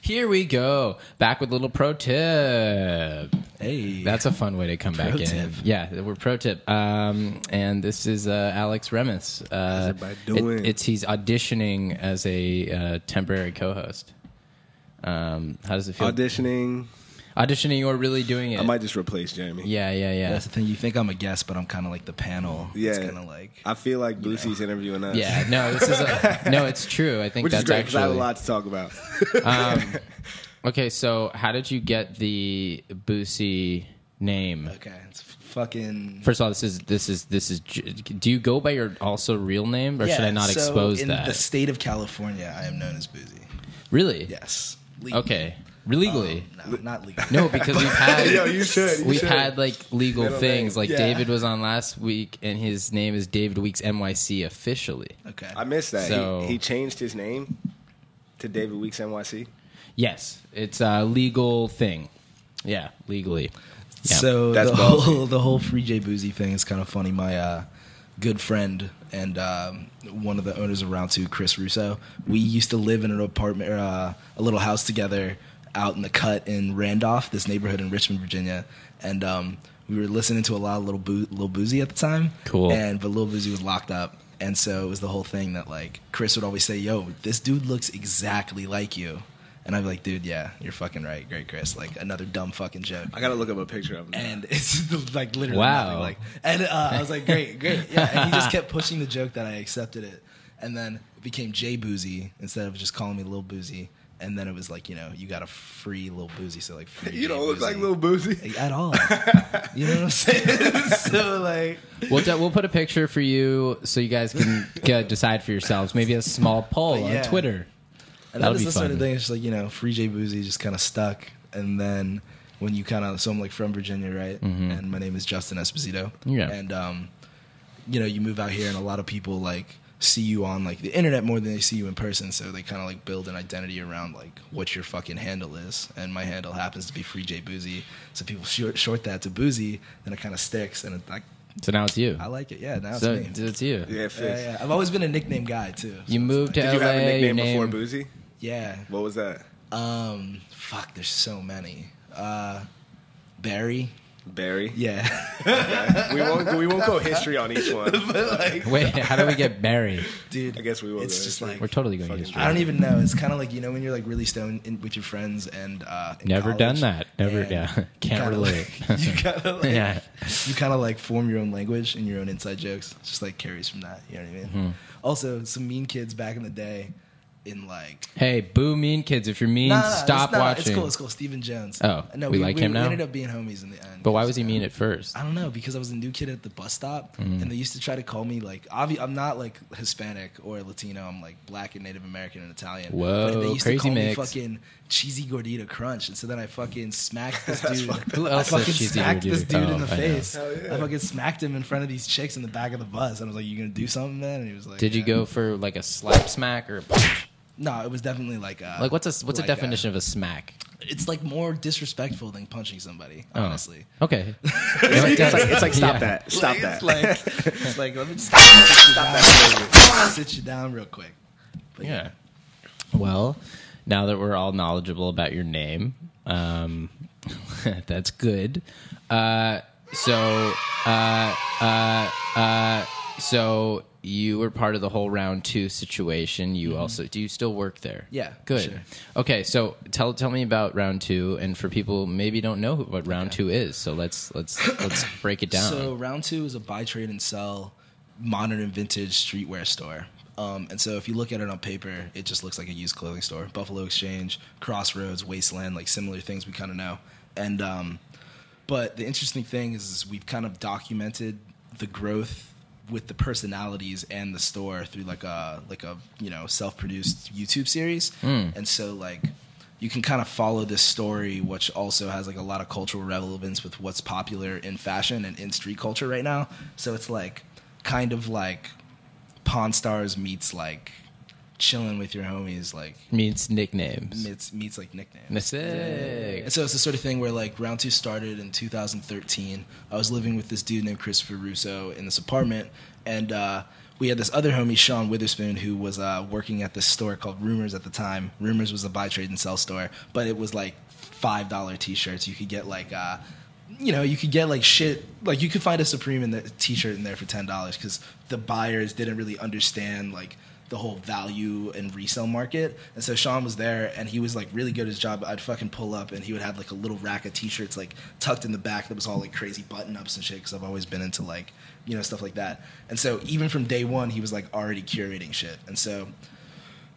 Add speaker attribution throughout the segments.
Speaker 1: Here we go. Back with a little pro tip.
Speaker 2: Hey.
Speaker 1: That's a fun way to come back
Speaker 2: Pro
Speaker 1: in.
Speaker 2: tip.
Speaker 1: Yeah, we're pro tip. Um, and this is uh, Alex Remus. Uh, How's
Speaker 2: everybody doing?
Speaker 1: it's he's auditioning as a uh, temporary co-host. Um, how does it feel?
Speaker 3: Auditioning.
Speaker 1: Auditioning or really doing it?
Speaker 3: I might just replace Jeremy.
Speaker 1: yeah, yeah, yeah.
Speaker 2: That's the thing. You think I'm a guest, but I'm kind of like the panel.
Speaker 3: Yeah.
Speaker 2: It's kind of like.
Speaker 3: I feel like Boosie's interviewing us.
Speaker 1: yeah, no, this is a, no, it's true. I think
Speaker 3: Which
Speaker 1: that's
Speaker 3: is great because
Speaker 1: actually
Speaker 3: I have a lot to talk about.
Speaker 1: okay. So, how did you get the Boosie name?
Speaker 2: Okay. It's fucking.
Speaker 1: First of all, this is this is this is. Do you go by your also real name, or should I
Speaker 2: Yeah,
Speaker 1: not
Speaker 2: so
Speaker 1: expose
Speaker 2: in
Speaker 1: that?
Speaker 2: the state of California, I am known as Boozy.
Speaker 1: Really?
Speaker 2: Yes. Legally.
Speaker 1: Okay. Legally.
Speaker 2: No, not legally.
Speaker 1: no, because we've had
Speaker 3: Um, Yo, you should. you
Speaker 1: we've
Speaker 3: should.
Speaker 1: had like legal
Speaker 3: Middle
Speaker 1: things.
Speaker 3: name.
Speaker 1: Like
Speaker 2: Yeah.
Speaker 1: David was on last week, and his name is David Weeks NYC officially.
Speaker 2: Okay.
Speaker 3: I missed that.
Speaker 1: So-
Speaker 3: He, he changed his name to David Weeks NYC.
Speaker 1: Yes, it's a legal thing. Yeah, legally. Yeah.
Speaker 2: So
Speaker 3: That's
Speaker 2: the
Speaker 3: ballsy.
Speaker 2: whole the whole free J Boozy thing is kind of funny. My uh, good friend and um, one of the owners of Round Two, Chris Russo, we used to live in an apartment, or, uh, a little house together out in the cut in Randolph, this neighborhood in Richmond, Virginia, and um, we were listening to a lot of little Boo- little Boozy at the time.
Speaker 1: Cool.
Speaker 2: And but Lil Boozy was locked up. And so it was the whole thing that like Chris would always say, "Yo, this dude looks exactly like you," and I'd be like, "Dude, yeah, you're fucking right, great Chris." Like another dumb fucking joke
Speaker 3: I got to look up a picture of him.
Speaker 2: and it's like literally
Speaker 1: Wow.
Speaker 2: nothing, like and uh, I was like great great yeah and he just kept pushing the joke that I accepted it and then it became Jay Boozy instead of just calling me Lil Boozy and then it was like you know you got a free Lil Boozy so like free
Speaker 3: you
Speaker 2: Jay
Speaker 3: don't look
Speaker 2: Boozy.
Speaker 3: like Lil Boosie.
Speaker 2: Like, at all you know what I'm saying so like
Speaker 1: we'll de- we'll put a picture for you so you guys can get, decide for yourselves. Maybe a small poll
Speaker 2: Yeah.
Speaker 1: on Twitter.
Speaker 2: and
Speaker 1: That
Speaker 2: that
Speaker 1: would
Speaker 2: was
Speaker 1: be
Speaker 2: the sort
Speaker 1: fun.
Speaker 2: of thing it's just like you know free Jay Boozy just kind of stuck and then when you kind of so I'm like from Virginia right and my name is Justin Esposito
Speaker 1: Mm-hmm. Yeah.
Speaker 2: and um you know, you move out here and a lot of people like see you on like the internet more than they see you in person. So they kind of like build an identity around like what your fucking handle is. And my handle happens to be Free J Boozy. So people short, short that to Boozy and it kind of sticks. And it, like,
Speaker 1: So now it's you.
Speaker 2: I like it. Yeah, now
Speaker 1: so
Speaker 2: it's
Speaker 1: it's,
Speaker 2: me.
Speaker 1: you.
Speaker 3: Yeah, it fits.
Speaker 2: Yeah, yeah. I've always been a nickname guy too.
Speaker 1: You moved to
Speaker 3: Did you
Speaker 1: LA.
Speaker 3: have a
Speaker 1: your
Speaker 3: nickname
Speaker 1: name-
Speaker 3: before Boosie?
Speaker 2: Yeah.
Speaker 3: What was that?
Speaker 2: Um, fuck, there's so many. Uh, Barry.
Speaker 3: Barry.
Speaker 2: Yeah.
Speaker 3: we won't. We won't go history on each one.
Speaker 1: Wait, how do we get Barry?
Speaker 2: Dude.
Speaker 3: I guess we will
Speaker 2: It's
Speaker 3: go
Speaker 2: just
Speaker 3: history.
Speaker 2: like.
Speaker 1: We're totally going
Speaker 3: Fucking
Speaker 1: history.
Speaker 2: I don't even know. It's kind of like you know when you're like really stoned in, with your friends and uh, in
Speaker 1: Never
Speaker 2: college,
Speaker 1: done that. Never-
Speaker 2: and
Speaker 1: yeah.
Speaker 2: you
Speaker 1: Can't
Speaker 2: kinda,
Speaker 1: relate.
Speaker 2: like- you kind of like,
Speaker 1: Yeah.
Speaker 2: you kind of like form your own language and your own inside jokes. It's just like carries from that. You know what I mean?
Speaker 1: Mm-hmm.
Speaker 2: Also, some mean kids back in the day in like.
Speaker 1: Hey, boo, mean kids! If you're mean,
Speaker 2: Nah, nah, nah,
Speaker 1: stop
Speaker 2: it's, nah,
Speaker 1: watching.
Speaker 2: It's cool. It's cool. Stephen Jones.
Speaker 1: Oh,
Speaker 2: no,
Speaker 1: we
Speaker 2: we,
Speaker 1: like
Speaker 2: we,
Speaker 1: him
Speaker 2: we
Speaker 1: now?
Speaker 2: ended up being homies in the end.
Speaker 1: But why was
Speaker 2: because,
Speaker 1: he
Speaker 2: uh,
Speaker 1: mean at first?
Speaker 2: I don't know because I was a new kid at the bus stop,
Speaker 1: Mm-hmm.
Speaker 2: and they used to try to call me like obvi- I'm not like Hispanic or Latino. I'm like black and Native American and Italian.
Speaker 1: Whoa,
Speaker 2: but they used
Speaker 1: crazy
Speaker 2: to call
Speaker 1: mix.
Speaker 2: me fucking cheesy gordita crunch, and so then I fucking smacked this dude.
Speaker 1: Who
Speaker 2: I
Speaker 1: else says
Speaker 2: fucking
Speaker 1: cheesy
Speaker 2: smacked this
Speaker 1: gordita?
Speaker 2: dude
Speaker 1: Oh,
Speaker 2: in the
Speaker 1: I know.
Speaker 2: face.
Speaker 3: Hell yeah.
Speaker 2: I fucking smacked him in front of these chicks in the back of the bus, and I was like, "You gonna do something, man?" And he was like,
Speaker 1: Did you
Speaker 2: "Yeah."
Speaker 1: go for like a slap smack or a punch?
Speaker 2: No, it was definitely like a,
Speaker 1: Like what's a what's a
Speaker 2: like uh,
Speaker 1: definition of a smack?
Speaker 2: it's like more disrespectful than punching somebody,
Speaker 1: Oh.
Speaker 2: honestly.
Speaker 1: Okay.
Speaker 3: It's like, it's like stop
Speaker 1: Yeah.
Speaker 3: that. Stop
Speaker 2: Like,
Speaker 3: that.
Speaker 2: It's like, it's like let me just sit you, down, sit you down real quick. But
Speaker 1: Yeah. Well, now that we're all knowledgeable about your name, um, that's good. Uh, so, uh, uh, uh, so you were part of the whole round two situation. You also do you still work there?
Speaker 2: Mm-hmm. Yeah,
Speaker 1: Good.
Speaker 2: sure.
Speaker 1: Okay. So tell tell me about round two, and for people who maybe don't know who- what round two is, so let's let's let's break it down.
Speaker 2: So round two is a buy, trade, and sell modern and vintage streetwear store. Um, and so if you look at it on paper, it just looks like a used clothing store. Buffalo Exchange, Crossroads, Wasteland, like similar things we kind of know. And um, but the interesting thing is, is we've kind of documented the growth with the personalities and the store through like a like a you know self-produced YouTube series. And so like you can kind of follow this story, which also has like a lot of cultural relevance with what's popular in fashion and in street culture right now. So it's like kind of like Pawn Stars meets like chilling with your homies, like
Speaker 1: means nicknames.
Speaker 2: meets meets like nicknames.
Speaker 1: Sick.
Speaker 2: And so it's the sort of thing where like round two started in 2013. I was living with this dude named Christopher Russo in this apartment, and uh, we had this other homie, Sean Witherspoon, who was uh, working at this store called Rumors at the time. Rumors was a buy, trade, and sell store, but it was like $5 t shirts. You could get like, uh, you know, you could get like shit. Like you could find a Supreme in the T-shirt in there for ten dollars because the buyers didn't really understand like the whole value and resale market. And so Sean was there, and he was like really good at his job. I'd fucking pull up, and he would have like a little rack of T-shirts like tucked in the back that was all like crazy button ups and shit. Because I've always been into like you know stuff like that. And so even from day one, he was like already curating shit. And so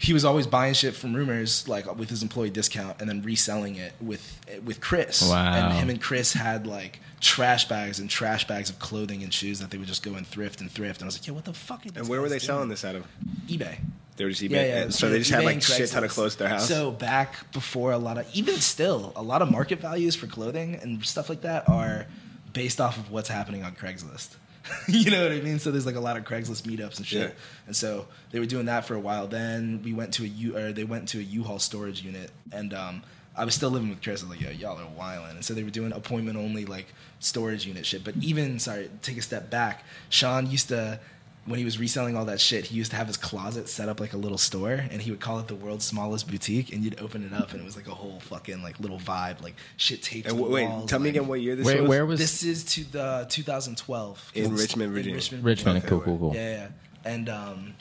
Speaker 2: he was always buying shit from rumors like with his employee discount and then reselling it with with Chris.
Speaker 1: Wow.
Speaker 2: And him and Chris had like trash bags and trash bags of clothing and shoes that they would just go and thrift and thrift. And I was like, yeah, what the fuck? Are
Speaker 3: And where were they selling this out of?
Speaker 2: this? eBay.
Speaker 3: They were just eBay.
Speaker 2: Yeah, yeah.
Speaker 3: and so
Speaker 2: sort
Speaker 3: they
Speaker 2: of
Speaker 3: just had
Speaker 2: eBay
Speaker 3: like
Speaker 2: and
Speaker 3: shit ton of
Speaker 2: Craigslist.
Speaker 3: clothes at their house.
Speaker 2: So back before a lot of even still a lot of market values for clothing and stuff like that are based off of what's happening on Craigslist. you know what I mean? So there's like a lot of Craigslist meetups and shit.
Speaker 3: Yeah.
Speaker 2: And so they were doing that for a while. Then we went to a U or they went to a U-Haul storage unit and um I was still living with Chris. I was like, yo, y'all are wildin'. And so they were doing appointment only like storage unit shit. But even sorry, take a step back. Sean used to when he was reselling all that shit, he used to have his closet set up like a little store, and he would call it the world's smallest boutique. And you'd open it up, and it was like a whole fucking like little vibe, like shit taped.
Speaker 3: and
Speaker 2: to
Speaker 3: w-
Speaker 2: the
Speaker 3: wait,
Speaker 2: walls,
Speaker 3: tell me
Speaker 2: like-
Speaker 3: again what year this
Speaker 1: Where,
Speaker 3: was.
Speaker 1: where was
Speaker 2: This is to the 2012
Speaker 3: In
Speaker 2: It's-
Speaker 3: Richmond, Virginia.
Speaker 2: Richmond,
Speaker 1: Richmond?
Speaker 3: Okay,
Speaker 1: cool, cool, cool.
Speaker 2: Yeah, yeah. And um,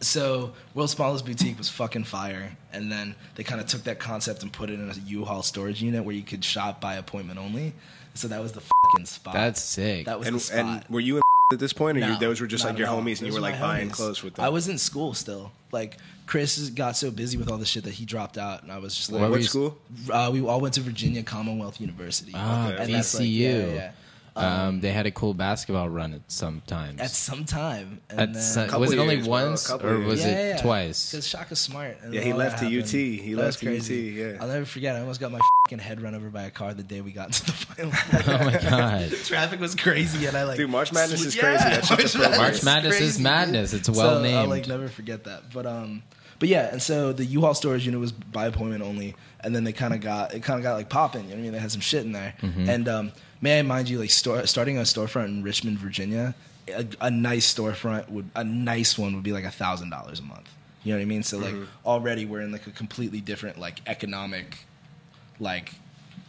Speaker 2: so World's Smallest Boutique was fucking fire. And then they kind of took that concept and put it in a U-Haul storage unit where you could shop by appointment only. So that was the fucking spot.
Speaker 1: That's sick.
Speaker 2: that was the
Speaker 3: and,
Speaker 2: spot.
Speaker 3: and were you in at this point, or you,
Speaker 2: No,
Speaker 3: those were just
Speaker 2: not
Speaker 3: like your
Speaker 2: at all.
Speaker 3: homies, and you
Speaker 2: Those
Speaker 3: were like
Speaker 2: my
Speaker 3: buying
Speaker 2: homies.
Speaker 3: clothes with them?
Speaker 2: I was in school still. Like Chris got so busy with all the shit that he dropped out, and I was just
Speaker 1: What
Speaker 3: What
Speaker 1: were
Speaker 2: like,
Speaker 1: you-
Speaker 3: school?
Speaker 2: uh, we all went to Virginia Commonwealth University.
Speaker 1: Ah,
Speaker 3: Okay.
Speaker 2: And that's like-
Speaker 1: VCU.
Speaker 2: yeah, yeah.
Speaker 1: um, they had a cool basketball run at sometimes.
Speaker 2: At some time, and
Speaker 1: At
Speaker 2: then,
Speaker 1: some-
Speaker 3: Couple
Speaker 1: was it only
Speaker 3: years, bro,
Speaker 1: once
Speaker 3: couple
Speaker 1: or
Speaker 3: years.
Speaker 1: was
Speaker 2: Yeah,
Speaker 1: it
Speaker 2: yeah, yeah.
Speaker 1: twice?
Speaker 2: Because Shaka's smart. and
Speaker 3: Yeah, he
Speaker 2: all that
Speaker 3: left to
Speaker 2: happened.
Speaker 3: UT. He
Speaker 2: That was
Speaker 3: left to
Speaker 2: crazy.
Speaker 3: UT, yeah.
Speaker 2: I'll never forget. I almost got my fucking head run over by a car the day we got to the final.
Speaker 1: Oh my god.
Speaker 2: Traffic was crazy, and I like
Speaker 3: Dude, March Madness
Speaker 2: sli-
Speaker 3: is crazy. That shit's appropriate.
Speaker 1: March Madness is
Speaker 2: crazy,
Speaker 1: madness. It's
Speaker 2: So,
Speaker 1: well
Speaker 2: I'll
Speaker 1: named.
Speaker 2: like never forget that. But um, but yeah, and so the U-Haul storage unit was by appointment only, and then they kind of got it kind of got like popping. You know what I mean? They had some shit in there, and um, may I mind you, like store, starting a storefront in Richmond, Virginia, a, a nice storefront would a nice one would be like a thousand dollars a month. You know what I mean? So like already we're in like a completely different like economic, like.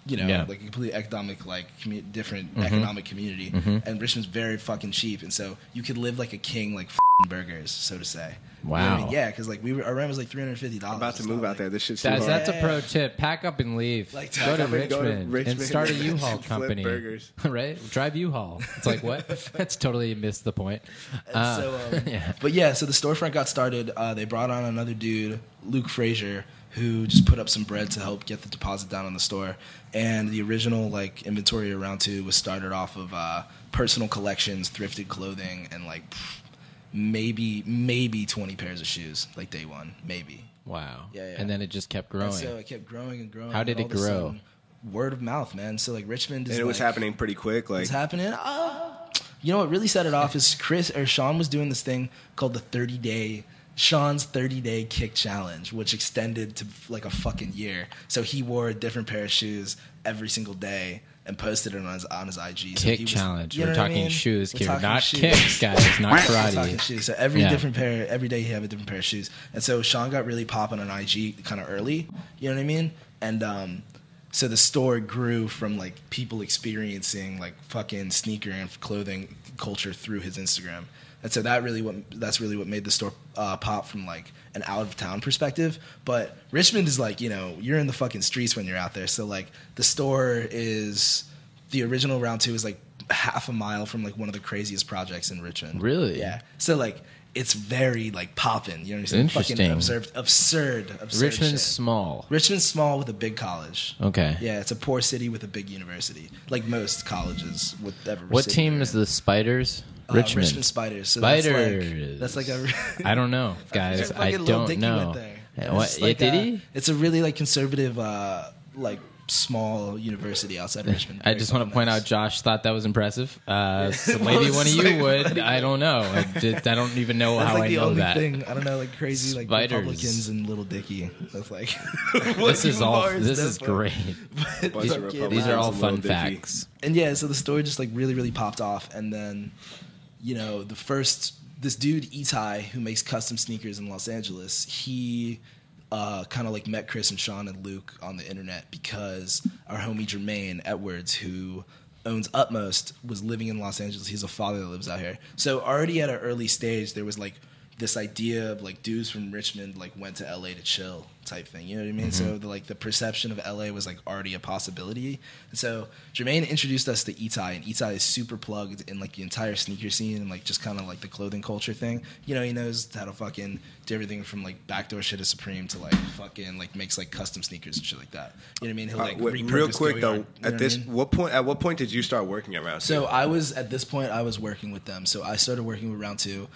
Speaker 2: You know,
Speaker 1: Yeah. Mm-hmm.
Speaker 2: like a completely economic, like commu- different economic community, and Richmond's very fucking cheap, and so you could live like a king, like f***ing burgers, so to say. You know what I
Speaker 1: Wow.
Speaker 2: mean? Yeah, because like we were, our rent was like three hundred fifty dollars.
Speaker 3: about to move out there. This shit's too
Speaker 1: Guys,
Speaker 3: hard.
Speaker 1: that's a
Speaker 2: Yeah.
Speaker 1: pro tip. Pack up and leave.
Speaker 2: Like,
Speaker 1: go
Speaker 2: pack
Speaker 1: to
Speaker 2: up and
Speaker 1: Richmond,
Speaker 3: go to
Speaker 1: and
Speaker 3: Richmond
Speaker 1: start a
Speaker 3: and
Speaker 1: U-Haul
Speaker 3: flip
Speaker 1: company.
Speaker 3: burgers.
Speaker 1: right? Drive U-Haul. It's like what? That's totally missed the point. Uh,
Speaker 2: so, um,
Speaker 1: yeah.
Speaker 2: But yeah, so the storefront got started. Uh, they brought on another dude, Luke Frazier, who just put up some bread to help get the deposit down on the store. And the original like inventory around two was started off of uh, personal collections, thrifted clothing, and like pff, maybe maybe twenty pairs of shoes, like day one, maybe.
Speaker 1: Wow.
Speaker 2: Yeah, yeah.
Speaker 1: And then it just kept growing.
Speaker 2: And so it kept growing and growing.
Speaker 1: How
Speaker 2: and
Speaker 1: did
Speaker 2: all
Speaker 1: it
Speaker 2: of a
Speaker 1: grow?
Speaker 2: sudden, Word of mouth, man. So like Richmond is
Speaker 3: and it was
Speaker 2: like-
Speaker 3: happening pretty quick. Like
Speaker 2: was happening. Ah. you know what really set it off is Chris or Sean was doing this thing called the 30 day Sean's 30 day kick challenge, which extended to like a fucking year. So he wore a different pair of shoes every single day and posted it on his on his IG. so
Speaker 1: Kick
Speaker 2: he was-
Speaker 1: challenge.
Speaker 2: you know
Speaker 1: We're
Speaker 2: what I
Speaker 1: talking
Speaker 2: mean?
Speaker 1: shoes
Speaker 2: We're
Speaker 1: here,
Speaker 2: talking
Speaker 1: not
Speaker 2: shoes.
Speaker 1: kicks, guys, not
Speaker 2: We're talking
Speaker 1: karate.
Speaker 2: shoes. So every
Speaker 1: Yeah.
Speaker 2: different pair, every day he have a different pair of shoes. And so Sean got really popping on IG kind of early. You know what I mean? And um, so the store grew from like people experiencing like fucking sneaker and clothing culture through his Instagram. And so that really what that's really what made the store uh, pop from like an out of town perspective. But Richmond is like you know you're in the fucking streets when you're out there. So like the store is the original round two is like half a mile from like one of the craziest projects in Richmond.
Speaker 1: Really?
Speaker 2: Yeah. So like it's very like popping. You know what I'm saying?
Speaker 1: Interesting.
Speaker 2: Fucking absurd, absurd, absurd.
Speaker 1: Richmond's
Speaker 2: shit.
Speaker 1: small.
Speaker 2: Richmond's small with a big college.
Speaker 1: Okay.
Speaker 2: Yeah, it's a poor city with a big university, like most colleges with ever. Uh,
Speaker 1: What team is the Spiders? Richmond.
Speaker 2: Richmond Spiders. So
Speaker 1: Spiders.
Speaker 2: That's like, that's like a.
Speaker 1: I don't know,
Speaker 2: That's
Speaker 1: guys.
Speaker 2: where
Speaker 1: I
Speaker 2: fucking Lil
Speaker 1: don't
Speaker 2: Dicky
Speaker 1: know.
Speaker 2: went there.
Speaker 1: Yeah,
Speaker 2: It's
Speaker 1: What?
Speaker 2: just like
Speaker 1: did
Speaker 2: a-
Speaker 1: he?
Speaker 2: It's a really like conservative, uh, like small university outside Richmond.
Speaker 1: I
Speaker 2: Very
Speaker 1: just want to
Speaker 2: fucking
Speaker 1: point
Speaker 2: nice.
Speaker 1: out Josh thought that was impressive. Uh, so
Speaker 2: Well,
Speaker 1: maybe
Speaker 2: it's
Speaker 1: one of
Speaker 2: just
Speaker 1: you
Speaker 2: like-
Speaker 1: would. I don't know. I, did- I don't even know
Speaker 2: That's
Speaker 1: how
Speaker 2: like
Speaker 1: I
Speaker 2: the
Speaker 1: know
Speaker 2: only
Speaker 1: that.
Speaker 2: thing. I don't know, like crazy, like
Speaker 1: Spiders.
Speaker 2: Republicans and Little Dicky. That's like
Speaker 1: This is all. This is great.
Speaker 3: bunch of
Speaker 2: These-
Speaker 1: These are all
Speaker 3: Republicans and Lil
Speaker 1: fun
Speaker 3: Dicky.
Speaker 1: facts.
Speaker 2: and yeah, so the story just like really, really popped off, and then you know the first this dude Itai who makes custom sneakers in Los Angeles, he uh, kind of like met Chris and Sean and Luke on the internet because our homie Jermaine Edwards, who owns Utmost, was living in Los Angeles. He's a father that lives out here. So already at an early stage, there was like this idea of like dudes from Richmond like went to LA to chill type thing. You know what I mean?
Speaker 3: Mm-hmm.
Speaker 2: So the, like the perception of LA was like already a possibility. And so Jermaine introduced us to Itai, and Itai is super plugged in like the entire sneaker scene and like just kind of like the clothing culture thing. You know, he knows how to fucking do everything from like backdoor shit at Supreme to like fucking like makes like custom sneakers and shit like that. You know what I mean? He'll
Speaker 3: Uh,
Speaker 2: like
Speaker 3: wait,
Speaker 2: repurpose
Speaker 3: real quick
Speaker 2: Goyard,
Speaker 3: though,
Speaker 2: you know what I
Speaker 3: at this
Speaker 2: mean?
Speaker 3: what point at what point did you start working around?
Speaker 2: So I was at this point I was working with them. So I started working with Round Two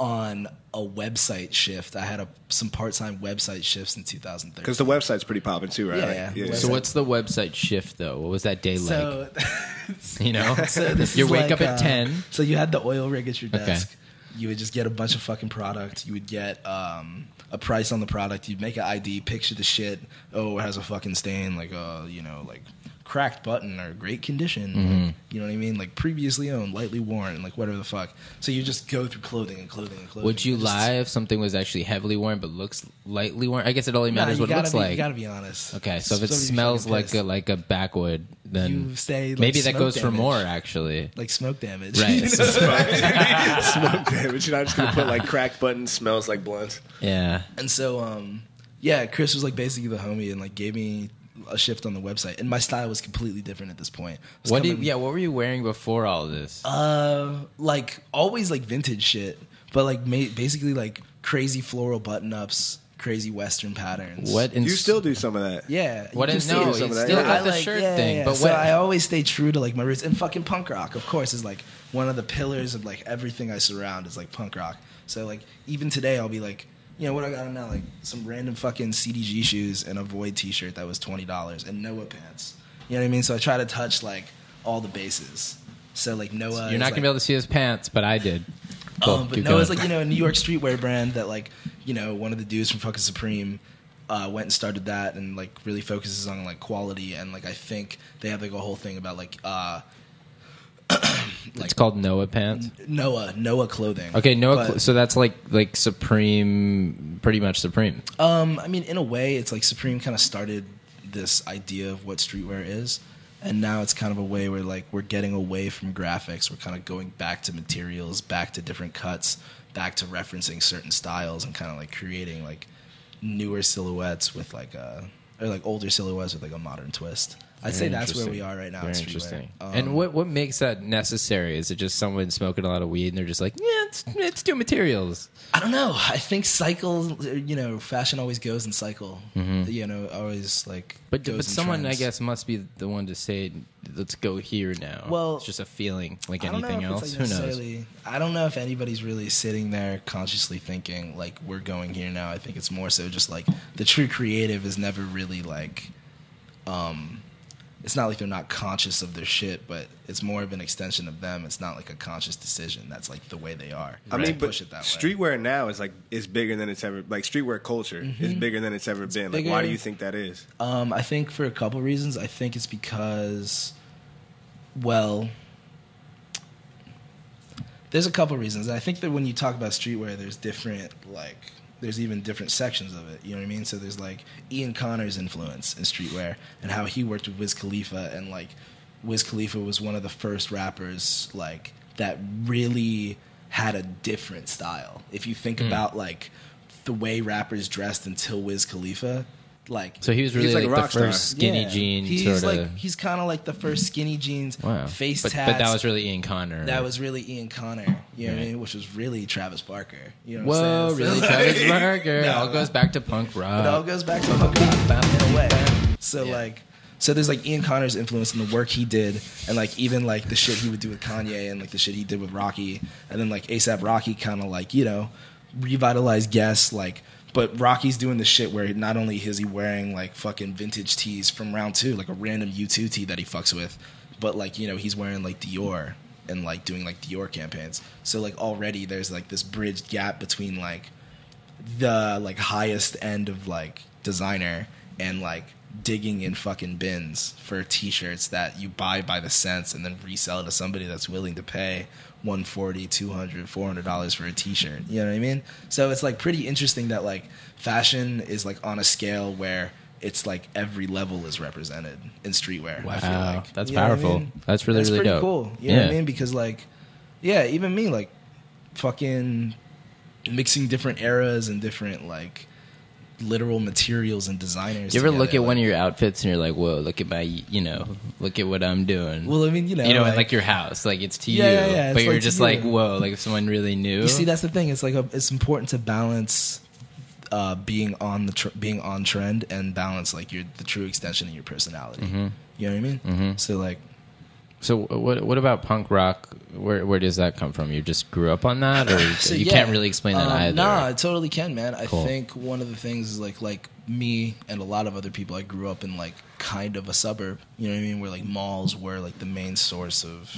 Speaker 2: on a website shift. I had a, some part time website shifts in 2013.
Speaker 3: because the website's pretty popping too, right?
Speaker 2: Yeah,
Speaker 3: Like,
Speaker 2: yeah.
Speaker 1: So what's the website shift though? What was that day like?
Speaker 2: so,
Speaker 1: You know,
Speaker 2: so this
Speaker 1: you
Speaker 2: is
Speaker 1: wake
Speaker 2: like,
Speaker 1: up at
Speaker 2: uh,
Speaker 1: ten.
Speaker 2: So you had the oil rig at your
Speaker 1: Okay.
Speaker 2: desk. You would just get a bunch of fucking product. You would get um, a price on the product. You'd make an ID, picture the shit. Oh, it has a fucking stain, like a you know, like cracked button or great condition.
Speaker 1: Mm-hmm.
Speaker 2: Like, you know what I mean? Like previously owned, lightly worn, like whatever the fuck. So you just go through clothing and clothing and clothing.
Speaker 1: Would you
Speaker 2: Just-
Speaker 1: lie if something was actually heavily worn but looks lightly worn? I guess it only
Speaker 2: Nah,
Speaker 1: matters
Speaker 2: you
Speaker 1: what it
Speaker 2: gotta
Speaker 1: looks
Speaker 2: be-
Speaker 1: like.
Speaker 2: You gotta be honest.
Speaker 1: Okay, so if it
Speaker 2: Somebody'd be
Speaker 1: smells
Speaker 2: fucking
Speaker 1: like
Speaker 2: pissed.
Speaker 1: a like a backwood, then
Speaker 2: You say, like,
Speaker 1: maybe that
Speaker 2: smoke
Speaker 1: goes for
Speaker 2: damage.
Speaker 1: more. Actually,
Speaker 2: like smoke damage,
Speaker 1: Right.
Speaker 2: You know?
Speaker 3: smoke damage? You're not just gonna put like crack button smells like blunts.
Speaker 1: yeah.
Speaker 2: And so, um, yeah, Chris was like basically the homie and like gave me a shift on the website. And my style was completely different at this point. I was
Speaker 1: What do you,
Speaker 2: coming-
Speaker 1: yeah? What were you wearing before all this?
Speaker 2: Uh, like always like vintage shit, but like ma- basically like crazy floral button ups, crazy Western patterns.
Speaker 1: what in,
Speaker 3: You still do some of that.
Speaker 2: Yeah.
Speaker 1: What
Speaker 2: you
Speaker 1: is
Speaker 2: can
Speaker 1: no?
Speaker 2: see
Speaker 3: do
Speaker 1: You
Speaker 2: it.
Speaker 3: some
Speaker 1: still
Speaker 3: of that.
Speaker 2: Yeah,
Speaker 1: got
Speaker 2: I
Speaker 1: the
Speaker 2: like-
Speaker 1: shirt
Speaker 2: yeah,
Speaker 1: thing,
Speaker 2: yeah.
Speaker 1: but
Speaker 2: so
Speaker 1: what?
Speaker 2: I always stay true to like my roots and fucking punk rock, of course, is like one of the pillars of like everything I surround is like punk rock. So like even today I'll be like, you know what I got on now? Like some random fucking CDG shoes and a Void T-shirt that was twenty dollars and Noah pants. You know what I mean? So I try to touch like all the bases. So like Noah,
Speaker 1: You're not gonna
Speaker 2: is, uh,
Speaker 1: be
Speaker 2: like,
Speaker 1: able to see his pants, but I did. Cool,
Speaker 2: um, but
Speaker 1: keep
Speaker 2: no, it's
Speaker 1: going.
Speaker 2: like you know a New York streetwear brand that like you know one of the dudes from fucking Supreme uh, went and started that and like really focuses on like quality and like I think they have like a whole thing about like uh,
Speaker 1: it's called Noah pants.
Speaker 2: Noah Noah clothing.
Speaker 1: Okay, Noah.
Speaker 2: mm, But,
Speaker 1: cl- so that's like like Supreme, pretty much Supreme.
Speaker 2: um, I mean, in a way, it's like Supreme kind of started this idea of what streetwear is, and now it's kind of a way where like we're getting away from graphics. We're kind of going back to materials, back to different cuts, back to referencing certain styles, and kind of like creating like newer silhouettes with like a or like older silhouettes with like a modern twist. I'd say
Speaker 1: Very
Speaker 2: that's where we
Speaker 1: interesting.
Speaker 2: are right now.
Speaker 1: Very
Speaker 2: in streetwear.
Speaker 1: interesting.
Speaker 2: Um,
Speaker 1: and what what makes that necessary? Is it just someone smoking a lot of weed and they're just like, yeah, it's it's two materials.
Speaker 2: I don't know. I think cycle, you know, fashion always goes in cycle. You know, always like.
Speaker 1: Mm-hmm. But
Speaker 2: goes
Speaker 1: but
Speaker 2: in
Speaker 1: someone
Speaker 2: trends.
Speaker 1: I guess must be the one to say, let's go here now.
Speaker 2: Well,
Speaker 1: it's just a feeling like
Speaker 2: I don't know
Speaker 1: anything
Speaker 2: if it's,
Speaker 1: else.
Speaker 2: like,
Speaker 1: Who knows?
Speaker 2: necessarily- I don't know if anybody's really sitting there consciously thinking like we're going here now. I think it's more so just like the true creative is never really like, um, it's not like they're not conscious of their shit, but it's more of an extension of them. It's not like a conscious decision. That's like the way they are.
Speaker 3: I mean,
Speaker 2: Right.
Speaker 3: but
Speaker 2: push it that way.
Speaker 3: streetwear now is like is bigger than it's ever like streetwear culture is bigger than it's ever been. Like,
Speaker 2: Mm-hmm.
Speaker 3: why
Speaker 2: bigger.
Speaker 3: do you think that is?
Speaker 2: Um, I think for a couple reasons. I think it's because, well, there's a couple reasons. And I think that when you talk about streetwear, there's different like there's even different sections of it. You know what I mean? So there's like Ian Connor's influence in streetwear and how he worked with Wiz Khalifa and like Wiz Khalifa was one of the first rappers like that really had a different style. If you think about like the way rappers dressed until Wiz Khalifa, like
Speaker 1: So he was really
Speaker 3: He's like
Speaker 1: like,
Speaker 3: a rock
Speaker 1: the
Speaker 3: star.
Speaker 1: first skinny
Speaker 2: yeah.
Speaker 1: jean
Speaker 2: He's
Speaker 1: sort
Speaker 2: like
Speaker 1: of.
Speaker 2: he's kind of like the first skinny jeans,
Speaker 1: Wow.
Speaker 2: face
Speaker 1: but,
Speaker 2: tats.
Speaker 1: but that was really Ian Connor.
Speaker 2: that was really Ian Connor, you know what
Speaker 1: Right.
Speaker 2: I mean? Which was really Travis Barker. You know what
Speaker 1: Whoa,
Speaker 2: I'm saying?
Speaker 1: really,
Speaker 2: So,
Speaker 1: Travis
Speaker 2: like,
Speaker 1: Barker.
Speaker 2: No.
Speaker 1: all goes back to punk rock.
Speaker 2: It all goes back to punk rock in a way. So
Speaker 1: Yeah.
Speaker 2: like, so there's like Ian Connor's influence in the work he did, and like even like the shit he would do with Kanye, and like the shit he did with Rocky, and then like ASAP Rocky kind of like you know revitalized Guess like. But Rocky's doing the shit where not only is he wearing like fucking vintage tees from round two, like a random U2 tee that he fucks with, but like, you know, he's wearing like Dior and like doing like Dior campaigns. So like already there's like this bridged gap between like the like highest end of like designer and like digging in fucking bins for t-shirts that you buy by the cents and then resell to somebody that's willing to pay 140 200 400 dollars for a t-shirt you know what i mean so it's like pretty interesting that like fashion is like on a scale where it's like every level is represented in streetwear I feel
Speaker 1: Wow,
Speaker 2: like.
Speaker 1: that's
Speaker 2: You know what I
Speaker 1: powerful.
Speaker 2: mean?
Speaker 1: That's really,
Speaker 2: That's
Speaker 1: really
Speaker 2: pretty
Speaker 1: dope.
Speaker 2: cool you know what i
Speaker 1: Yeah.
Speaker 2: mean because like yeah even me like fucking mixing different eras and different like literal materials and designers
Speaker 1: You ever
Speaker 2: together,
Speaker 1: look at
Speaker 2: like-
Speaker 1: one of your outfits and you're like, "Whoa, look at my, you know, look at what I'm doing."
Speaker 2: Well, I mean, you know,
Speaker 1: you know, and
Speaker 2: like-
Speaker 1: like your house, like it's to
Speaker 2: Yeah,
Speaker 1: you,
Speaker 2: yeah, yeah,
Speaker 1: but
Speaker 2: it's
Speaker 1: you're
Speaker 2: like to
Speaker 1: just
Speaker 2: you.
Speaker 1: like, "Whoa!" Like if someone really knew,
Speaker 2: You see, that's the thing. It's like a, it's important to balance uh, being on the tr- being on trend and balance like your the true extension of your personality.
Speaker 1: Mm-hmm.
Speaker 2: You know what I mean? So like,
Speaker 1: So what what about punk rock? Where where does that come from? You just grew up on that, or
Speaker 2: So,
Speaker 1: you
Speaker 2: yeah.
Speaker 1: can't really explain that
Speaker 2: Um,
Speaker 1: either.
Speaker 2: Nah, I totally can, man. I
Speaker 1: Cool.
Speaker 2: think one of the things is like like me and a lot of other people. I grew up in like kind of a suburb. You know what I mean? Where like malls were like the main source of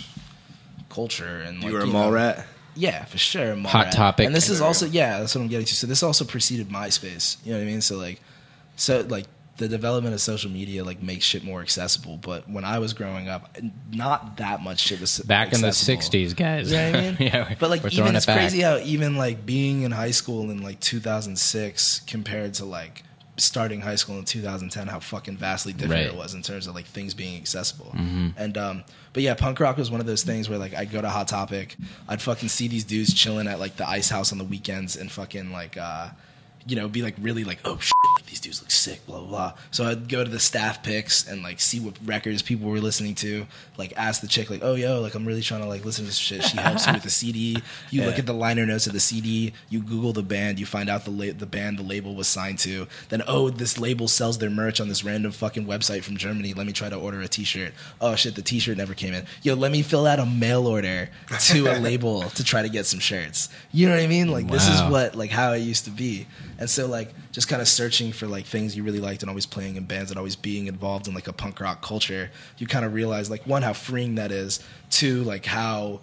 Speaker 2: culture and like,
Speaker 3: you were a
Speaker 2: know,
Speaker 3: mall rat.
Speaker 2: Yeah, for sure. Mall
Speaker 1: Hot
Speaker 2: Rat.
Speaker 1: Topic.
Speaker 2: And this is
Speaker 3: There we
Speaker 2: also
Speaker 3: go.
Speaker 2: yeah, that's what I'm getting to. So this also preceded MySpace. You know what I mean? So like, so like the development of social media like makes shit more accessible. But when I was growing up, not that much shit was
Speaker 1: Back in the
Speaker 2: accessible.
Speaker 1: '60s, guys.
Speaker 2: You know what I mean?
Speaker 1: yeah,
Speaker 2: But like
Speaker 1: we're throwing
Speaker 2: even it's
Speaker 1: it back.
Speaker 2: crazy how even like being in high school in like 2006 compared to like starting high school in 2010 how fucking vastly different
Speaker 1: Right. Mm-hmm.
Speaker 2: it was in terms of like things being accessible and um but yeah punk rock was one of those things where like i'd go to hot topic i'd fucking see these dudes chilling at like the ice house on the weekends and fucking like uh you know be like really like oh shit like, these dudes look sick blah blah blah so i'd go to the staff picks and like see what records people were listening to like ask the chick like oh yo like i'm really trying to like listen to this shit she helps me with the cd you look at the liner notes of the cd you google the band you find out the la- the band the label was signed to then oh this label sells their merch on this random fucking website from germany let me try to order a t-shirt oh shit the t-shirt never came in yo let me fill out a mail order to a label to try to get some shirts you know what i mean like this is
Speaker 1: Wow.
Speaker 2: what but like how I used to be. And so like just kind of searching for like things you really liked and always playing in bands and always being involved in like a punk rock culture, you kind of realize like one how freeing that is, two like how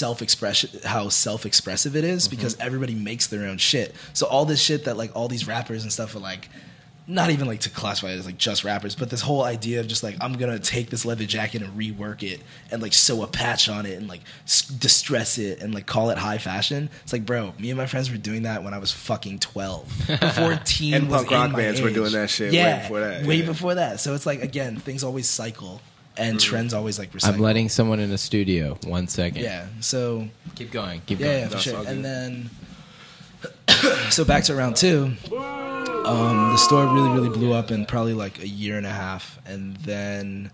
Speaker 2: self-expression how self-expressive it is because everybody makes their own shit. So all this shit that like all these rappers and stuff are like not even like to classify it as like just rappers, but this whole idea of just like I'm gonna take this leather jacket and rework it and like sew a patch on it and like s- distress it and like call it high fashion. It's like, bro, me and my friends were doing that when I was fucking twelve, before teen
Speaker 3: And
Speaker 2: was
Speaker 3: punk
Speaker 2: in
Speaker 3: rock
Speaker 2: my
Speaker 3: bands were
Speaker 2: age.
Speaker 3: doing that shit way
Speaker 2: Yeah,
Speaker 3: before that,
Speaker 2: way
Speaker 3: yeah.
Speaker 2: before that. So it's like again, things always cycle and
Speaker 3: Mm-hmm.
Speaker 2: trends always like recycle.
Speaker 1: I'm letting someone in the studio. One second.
Speaker 2: yeah. So
Speaker 1: Keep going. Keep
Speaker 2: yeah, yeah,
Speaker 1: going.
Speaker 2: for
Speaker 3: That's
Speaker 2: sure.
Speaker 3: all good.
Speaker 2: And then, so back to round two. Um, the store really, really blew up in probably like a year and a half, and then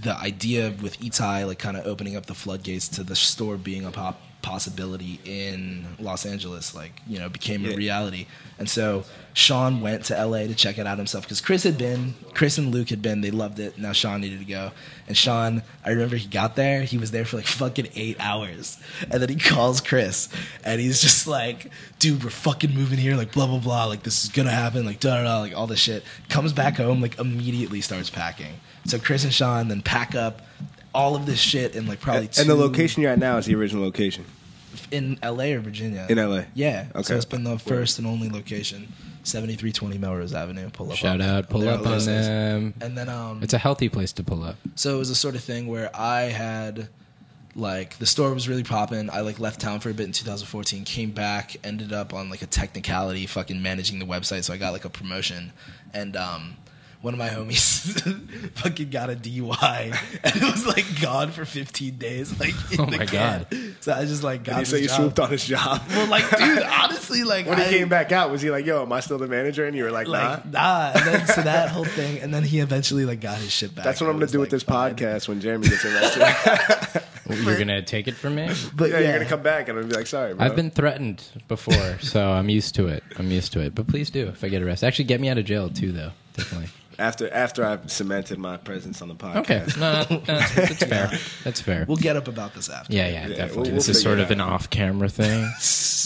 Speaker 2: the idea with Itai like kind of opening up the floodgates to the store being a pop possibility in Los Angeles like you know became a
Speaker 3: Yeah.
Speaker 2: reality and so Sean went to LA to check it out himself because Chris had been Chris and Luke had been they loved it now Sean needed to go and Sean I remember he got there he was there for like fucking eight hours and then he calls Chris and he's just like dude we're fucking moving here like blah blah blah like this is gonna happen like da da da like all this shit comes back home like immediately starts packing so Chris and Sean then pack up all of this shit in like probably two,
Speaker 3: And the location you're at now is the original location.
Speaker 2: in LA or Virginia
Speaker 3: In LA?
Speaker 2: Yeah. Okay.
Speaker 3: Okay.
Speaker 2: So it's been the first and only location, seventy three twenty Melrose Avenue. Pull up.
Speaker 1: Shout
Speaker 2: on
Speaker 1: out. Pull
Speaker 2: their
Speaker 1: up on
Speaker 2: listeners.
Speaker 1: them.
Speaker 2: And then um,
Speaker 1: It's a healthy place to pull up.
Speaker 2: so it was the sort of thing where I had like the store was really popping. I like left town for a bit in 2014, came back, ended up on like a technicality, fucking managing the website. So I got like a promotion, and um, one of my homies fucking got a DUI and it was like gone for 15 days. Like, in
Speaker 1: Oh
Speaker 2: the
Speaker 1: my
Speaker 2: can.
Speaker 1: God.
Speaker 2: So I just like got
Speaker 3: And he said
Speaker 2: this
Speaker 3: you
Speaker 2: job.
Speaker 3: swooped on his job.
Speaker 2: Well, like, dude, honestly, like
Speaker 3: when he
Speaker 2: I-
Speaker 3: came back out, was he like, "Yo, am I still the manager?" And you were like, "Nah."
Speaker 2: like nah. And then, so that whole thing, and then he eventually like got his shit back.
Speaker 3: That's what
Speaker 2: and
Speaker 3: I'm
Speaker 2: it
Speaker 3: gonna
Speaker 2: was,
Speaker 3: do
Speaker 2: like,
Speaker 3: with this
Speaker 2: fine.
Speaker 3: podcast when Jeremy gets arrested.
Speaker 1: You're gonna take it from me.
Speaker 2: But
Speaker 3: yeah, you're gonna come back and I'm gonna be like, "Sorry, bro."
Speaker 1: I've been threatened before, so I'm used to it. I'm used to it. But please do if I get arrested. Actually, get me out of jail too, though. Definitely.
Speaker 3: after after I've cemented my presence on the podcast.
Speaker 1: Okay. No, no, no, that's fair. That's fair.
Speaker 2: We'll get up about this after.
Speaker 1: Yeah, yeah, definitely.
Speaker 3: we'll- we'll
Speaker 1: this is
Speaker 3: figure
Speaker 1: sort
Speaker 3: it
Speaker 1: of an off-camera thing,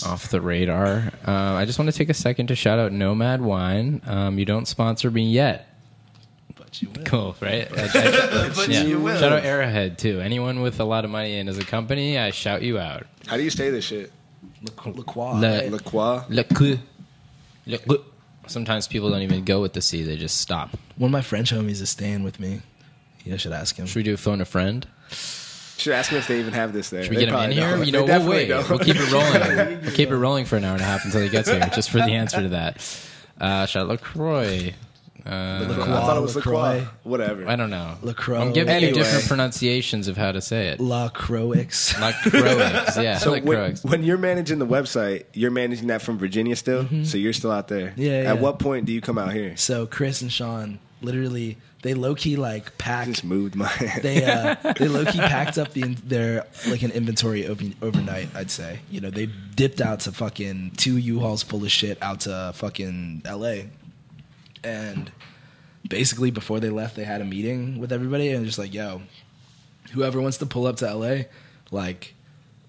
Speaker 2: Oh,
Speaker 1: off the radar. Uh, I just want to take a second to shout out Nomad Wine. Um, you don't sponsor me yet.
Speaker 2: But you will.
Speaker 1: Cool, right? I- I-
Speaker 2: But
Speaker 1: yeah.
Speaker 2: you will.
Speaker 1: Shout out Arrowhead too. Anyone with a lot of money and as a company, I shout you out.
Speaker 3: How do you say this shit?
Speaker 2: La- La Croix,
Speaker 1: La-
Speaker 2: right?
Speaker 3: LaCroix?
Speaker 1: Le coup. Le coup. Sometimes people don't even go with the C; they just stop.
Speaker 2: One of my French homies is staying with me. Yeah, I should ask him.
Speaker 1: Should we do phone a friend?
Speaker 3: Should ask them if they even have this there.
Speaker 1: Should we
Speaker 3: They
Speaker 1: get him in
Speaker 3: probably
Speaker 1: here?
Speaker 3: don't.
Speaker 1: You
Speaker 3: They
Speaker 1: know, we'll
Speaker 3: definitely
Speaker 1: wait.
Speaker 3: don't.
Speaker 1: We'll keep it rolling. we'll keep it rolling for an hour and a half until he gets here, just for the answer to that. Uh, shot Lacroix.
Speaker 3: I
Speaker 1: Uh,
Speaker 2: Lacroix.
Speaker 3: thought it was
Speaker 2: LaCroix.
Speaker 3: LaCroix. Whatever.
Speaker 1: I don't know.
Speaker 2: Lacroix.
Speaker 1: I'm giving you
Speaker 3: Anyway.
Speaker 1: different pronunciations of how to say it.
Speaker 2: La Croix.
Speaker 1: Lacroix. Yeah,
Speaker 3: So when,
Speaker 1: Lacroix.
Speaker 3: when you're managing the website, you're managing that from Virginia still,
Speaker 1: Mm-hmm.
Speaker 3: so you're still out there.
Speaker 2: Yeah,
Speaker 3: At
Speaker 2: yeah.
Speaker 3: what point do you come out here?
Speaker 2: So Chris and Sean, literally, they low key like packed.
Speaker 3: Just moved my.
Speaker 2: They uh, they low key packed up the their like an inventory open, overnight. I'd say you know they dipped out to fucking two U-Hauls full of shit out to fucking L.A. and basically before they left, they had a meeting with everybody and just like yo, whoever wants to pull up to L.A. like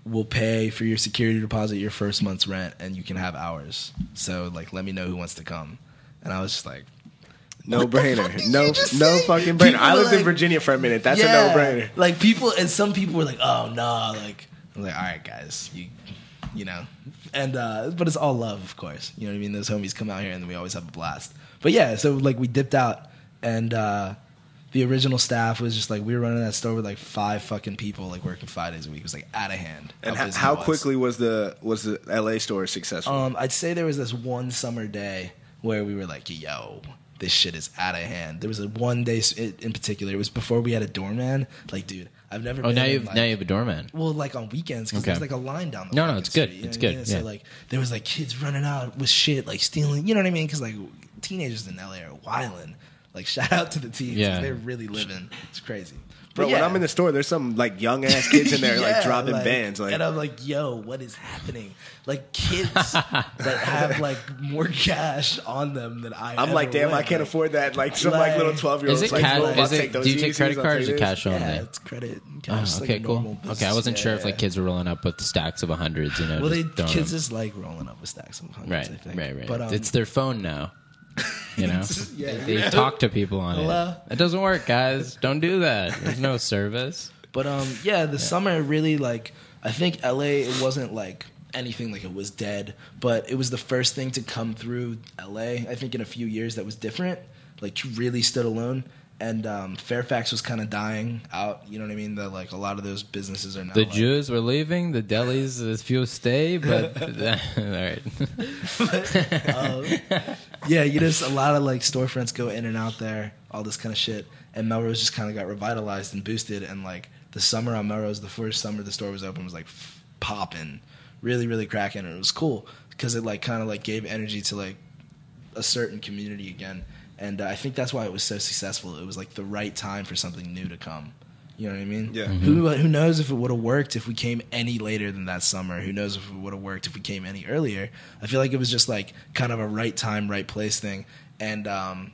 Speaker 2: will pay for your security deposit, your first month's rent, and you can have ours. So like let me know who wants to come. And I was just like.
Speaker 3: no brainer. No, no
Speaker 2: just say?
Speaker 3: fucking brainer.
Speaker 2: People
Speaker 3: I
Speaker 2: were
Speaker 3: lived in
Speaker 2: like-
Speaker 3: Virginia for a minute. That's
Speaker 2: Yeah.
Speaker 3: a no brainer.
Speaker 2: Like people, and some people were like, "Oh no!" Like I'm like, "All right, guys, you, you know." And uh, but it's all love, of course. You know what I mean? Those homies come out here, and we always have a blast. But yeah, so like we dipped out, and uh, the original staff was just like we were running that store with like five fucking people, like working five days a week. It was like out of hand.
Speaker 3: And
Speaker 2: how
Speaker 3: how,
Speaker 2: busy
Speaker 3: how
Speaker 2: it was.
Speaker 3: quickly was the was the LA store
Speaker 1: Oh,
Speaker 3: successful?
Speaker 2: Um, I'd say there was this one summer day where we were like, "Yo, this shit is out of hand." There was a one day s- in in particular. It was before we had a doorman. Like, dude, I've never.
Speaker 1: Oh,
Speaker 2: been
Speaker 1: now
Speaker 2: in,
Speaker 1: you've
Speaker 2: like-
Speaker 1: now you have a doorman.
Speaker 2: Well, like on weekends, because
Speaker 1: Okay.
Speaker 2: there's like a line down the.
Speaker 1: No, no,
Speaker 2: fucking
Speaker 1: it's good.
Speaker 2: street, you know
Speaker 1: It's
Speaker 2: what I mean?
Speaker 1: good,
Speaker 2: So
Speaker 1: yeah.
Speaker 2: like, there was like kids running out with shit, like stealing. You know what I mean? Because like teenagers in LA are wilding. Like, shout out to the teens. 'cause
Speaker 1: Yeah.
Speaker 2: they're really living. It's crazy.
Speaker 3: Bro,
Speaker 2: But
Speaker 3: when
Speaker 2: yeah.
Speaker 3: I'm in the store, there's some like young ass kids in there like
Speaker 2: Yeah,
Speaker 3: dropping bands. Like,
Speaker 2: and I'm like, yo, what is happening? Like kids that have like more cash on them than I.
Speaker 3: I'm
Speaker 2: ever
Speaker 3: like, damn,
Speaker 2: would.
Speaker 3: I can't afford that. Like some like,
Speaker 2: Like-
Speaker 3: little twelve year
Speaker 1: Is
Speaker 3: olds.
Speaker 1: it
Speaker 3: like,
Speaker 1: cash?
Speaker 3: "Well, I'll
Speaker 1: Is it?
Speaker 3: those
Speaker 1: Do you take
Speaker 3: Yeezys,
Speaker 1: credit
Speaker 3: I'll
Speaker 1: cards
Speaker 3: take
Speaker 1: or
Speaker 3: this."
Speaker 1: cash
Speaker 2: Yeah,
Speaker 1: only?
Speaker 2: it's credit. and
Speaker 1: Oh,
Speaker 2: Cash,
Speaker 1: okay,
Speaker 2: like a normal
Speaker 1: cool.
Speaker 2: business.
Speaker 1: Okay, I wasn't
Speaker 2: Yeah,
Speaker 1: sure
Speaker 2: yeah,
Speaker 1: if like
Speaker 2: yeah.
Speaker 1: kids were rolling up with stacks of hundreds, you know.
Speaker 2: Well, they
Speaker 1: just throwing
Speaker 2: kids
Speaker 1: them.
Speaker 2: just like rolling up with stacks of hundreds.
Speaker 1: right,
Speaker 2: I think.
Speaker 1: right, right.
Speaker 2: But um,
Speaker 1: it's their phone now. You know,
Speaker 2: Yeah.
Speaker 1: they talk to people on
Speaker 2: Hello?
Speaker 1: it. It doesn't work, guys. Don't do that. There's no service.
Speaker 2: But um, yeah, the summer really like I think LA it wasn't like anything like it was dead, but it was the first thing to come through LA. I think in a few years that was different, like really stood alone. And um, Fairfax was kind of dying out. You know what I mean? That like a lot of those businesses are now.
Speaker 1: The
Speaker 2: like-
Speaker 1: Jews were leaving. The delis, a few stay, but all right.
Speaker 2: um, yeah, you just a lot of like storefronts go in and out there, all this kind of shit. And Melrose just kind of got revitalized and boosted. And like the summer on Melrose, the first summer the store was open was like f- popping, really, really cracking. And it was cool because it like kind of like gave energy to like a certain community again. And uh, I think that's why it was so successful. It was like the right time for something new to come. You know what I mean?
Speaker 3: Yeah.
Speaker 2: Who uh, who knows if it would have worked if we came any later than that summer? Who knows if it would have worked if we came any earlier? I feel like it was just like kind of a right time, right place thing. And um,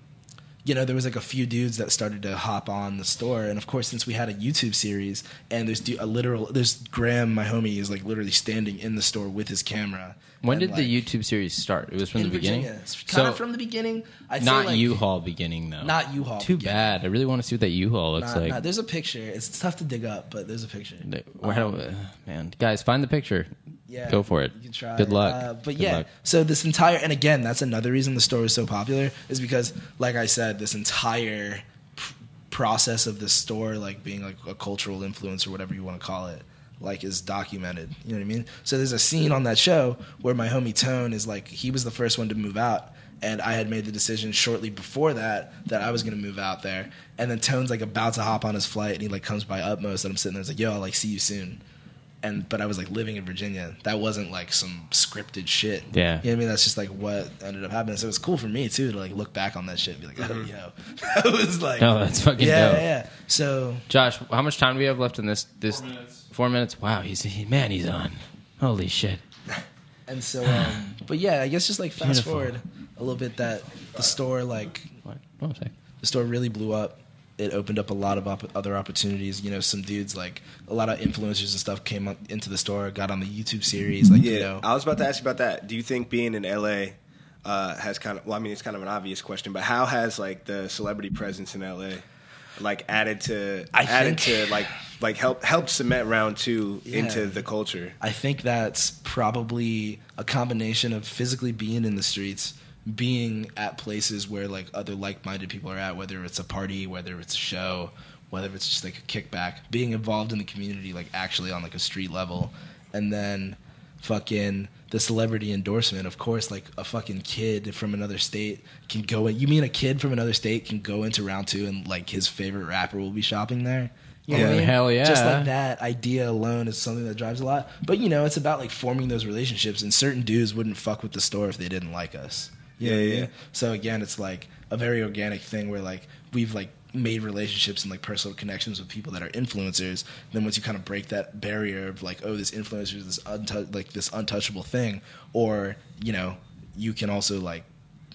Speaker 2: you know, there was like a few dudes that started to hop on the store, and of course, since we had a YouTube series, and there's du- a literal, there's Graham, my homie, is like literally standing in the store with his camera.
Speaker 1: When
Speaker 2: And,
Speaker 1: did
Speaker 2: like,
Speaker 1: the YouTube series start? It was from
Speaker 2: in
Speaker 1: the beginning.
Speaker 2: Virginia, it's kind
Speaker 1: so
Speaker 2: of from the beginning. I'd say,
Speaker 1: not
Speaker 2: like,
Speaker 1: U-Haul beginning though.
Speaker 2: Not U-Haul
Speaker 1: Too
Speaker 2: beginning.
Speaker 1: bad. I really want to see what that U-Haul looks
Speaker 2: Nah,
Speaker 1: like.
Speaker 2: nah, there's a picture. It's tough to dig up, but there's a picture.
Speaker 1: The- where
Speaker 2: Um,
Speaker 1: do- uh, man, guys, find the picture.
Speaker 2: Yeah,
Speaker 1: go for it.
Speaker 2: You can try.
Speaker 1: Good luck.
Speaker 2: Uh, but
Speaker 1: Good
Speaker 2: yeah,
Speaker 1: luck.
Speaker 2: so this entire and again, that's another reason the store is so popular is because, like I said, this entire pr- process of the store, like being like a cultural influence or whatever you want to call it, like is documented. You know what I mean? So there's a scene on that show where my homie Tone is like he was the first one to move out. And I had made the decision shortly before that that I was gonna move out there. And then Tone's like about to hop on his flight, and he like comes by Utmost, and I'm sitting there, it's like, "Yo, I'll like see you soon." and but I was like living in Virginia. That wasn't like some scripted shit.
Speaker 1: Yeah.
Speaker 2: You know what I mean? That's just like what ended up happening. So it was cool for me too to like look back on that shit and be like, oh yo. That was like
Speaker 1: Oh, Mm-hmm. that's fucking
Speaker 2: yeah,
Speaker 1: dope.
Speaker 2: yeah, yeah. So
Speaker 1: Josh, how much time do we have left in this? This four minutes. Wow, he's he, man, he's on. Holy shit!
Speaker 2: and so um but yeah, I guess just like fast
Speaker 1: Beautiful.
Speaker 2: forward a little bit that the store like
Speaker 1: What? What was I?
Speaker 2: the store really blew up. It opened up a lot of op- other opportunities. You know, some dudes like a lot of influencers and stuff came up into the store, got on the YouTube series. Like,
Speaker 3: Yeah,
Speaker 2: you know,
Speaker 3: I was about to ask you about that. Do you think being in LA uh, has kind of? Well, I mean, it's kind of an obvious question, but how has like the celebrity presence in LA like added to
Speaker 2: I
Speaker 3: added
Speaker 2: think-
Speaker 3: to like like help helped cement round two
Speaker 2: Yeah.
Speaker 3: into the culture?
Speaker 2: I think that's probably a combination of physically being in the streets, being at places where like other like-minded people are at, whether it's a party, whether it's a show, whether it's just like a kickback, being involved in the community like actually on like a street level, and then fucking the celebrity endorsement. Of course, like a fucking kid from another state can go in. You mean a kid from another state can go into round two and like his favorite rapper will be shopping there? You know what I
Speaker 1: Yeah.
Speaker 2: mean?
Speaker 1: Hell yeah.
Speaker 2: Just like that idea alone is something that drives a lot. But you know, it's about like forming those relationships, and certain dudes wouldn't fuck with the store if they didn't like us. You know
Speaker 3: Yeah,
Speaker 2: what I
Speaker 3: yeah,
Speaker 2: mean?
Speaker 3: yeah.
Speaker 2: So again, it's like a very organic thing where like we've like made relationships and like personal connections with people that are influencers. then once you kind of break that barrier of like, oh, this influencer is this untou- like this untouchable thing, or you know, you can also like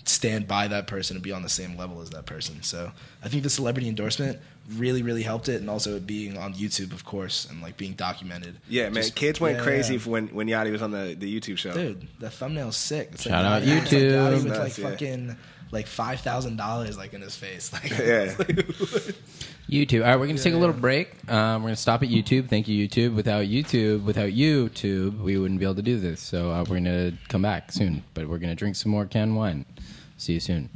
Speaker 2: stand by that person and be on the same level as that person. So I think the celebrity endorsement really, really helped it, and also it being on YouTube, of course, and like being documented.
Speaker 3: Yeah, man,
Speaker 2: Just-
Speaker 3: kids went
Speaker 2: Yeah,
Speaker 3: crazy
Speaker 2: yeah.
Speaker 3: when when Yachty was on the the YouTube show.
Speaker 2: Dude, the thumbnail's sick. It's
Speaker 1: Shout out
Speaker 2: it's like
Speaker 1: YouTube.
Speaker 2: Gotti with
Speaker 3: That's nuts,
Speaker 2: like
Speaker 3: yeah.
Speaker 2: fucking like five thousand dollars like in his face. Like,
Speaker 3: Yeah.
Speaker 1: YouTube. All right, we're going to take a little break. Um, we're going to stop at YouTube. Thank you, YouTube. Without YouTube, without YouTube, we wouldn't be able to do this. So uh, we're going to come back soon, but we're going to drink some more canned wine. See you soon.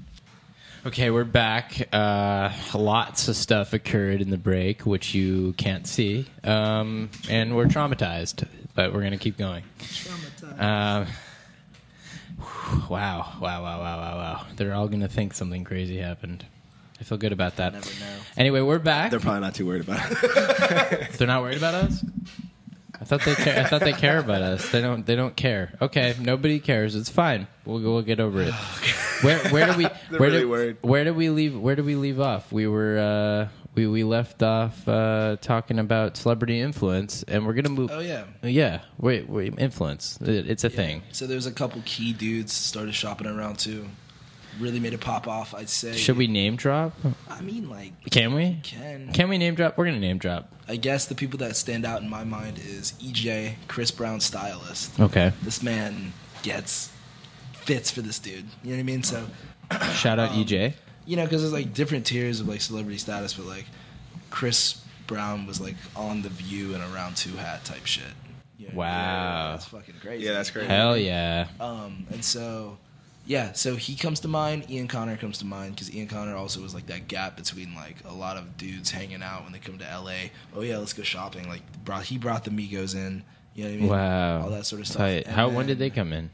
Speaker 1: Okay, we're back. Uh, lots of stuff occurred in the break, which you can't see, um, and we're traumatized, but we're going to keep going. Um, whew, wow, wow, wow, wow, wow, wow. They're all going to think something crazy happened. I feel good about that.
Speaker 2: never know.
Speaker 1: Anyway, we're back.
Speaker 3: They're probably not too worried about it.
Speaker 1: They're not worried about us. I thought they care. I thought they care about us. They don't. They don't care. Okay, nobody cares. It's fine. We'll we'll get over it. Where where do we
Speaker 3: They're
Speaker 1: where
Speaker 3: really
Speaker 1: do
Speaker 3: worried.
Speaker 1: where do we leave where do we leave off? We were uh, we we left off uh, talking about celebrity influence, and we're gonna move.
Speaker 2: Oh yeah.
Speaker 1: yeah. Wait, wait. Influence. It, it's a thing.
Speaker 2: So there's a couple key dudes started shopping around too. Really made it pop off. I'd say.
Speaker 1: Should we name drop?
Speaker 2: I mean, like,
Speaker 1: Can we?
Speaker 2: can
Speaker 1: Can we name drop? We're gonna name drop.
Speaker 2: I guess the people that stand out in my mind is EJ, Chris Brown stylist.
Speaker 1: Okay.
Speaker 2: This man gets fits for this dude. You know what I mean? So
Speaker 1: Shout out E EJ.
Speaker 2: you know, because there's like different tiers of like celebrity status, but like Chris Brown was like on the View and a round two hat type shit. You know what I mean?
Speaker 1: Wow.
Speaker 2: that's fucking crazy.
Speaker 3: Yeah, that's crazy.
Speaker 1: Hell yeah.
Speaker 2: Um, and so, yeah, so he comes to mind. Ian Connor comes to mind because Ian Connor also was like that gap between like a lot of dudes hanging out when they come to LA. Oh yeah, let's go shopping. Like brought he brought the Migos in. You know what I mean?
Speaker 1: Wow.
Speaker 2: all that sort of stuff.
Speaker 1: Tight.
Speaker 2: And
Speaker 1: How when
Speaker 2: then-
Speaker 1: did they come in?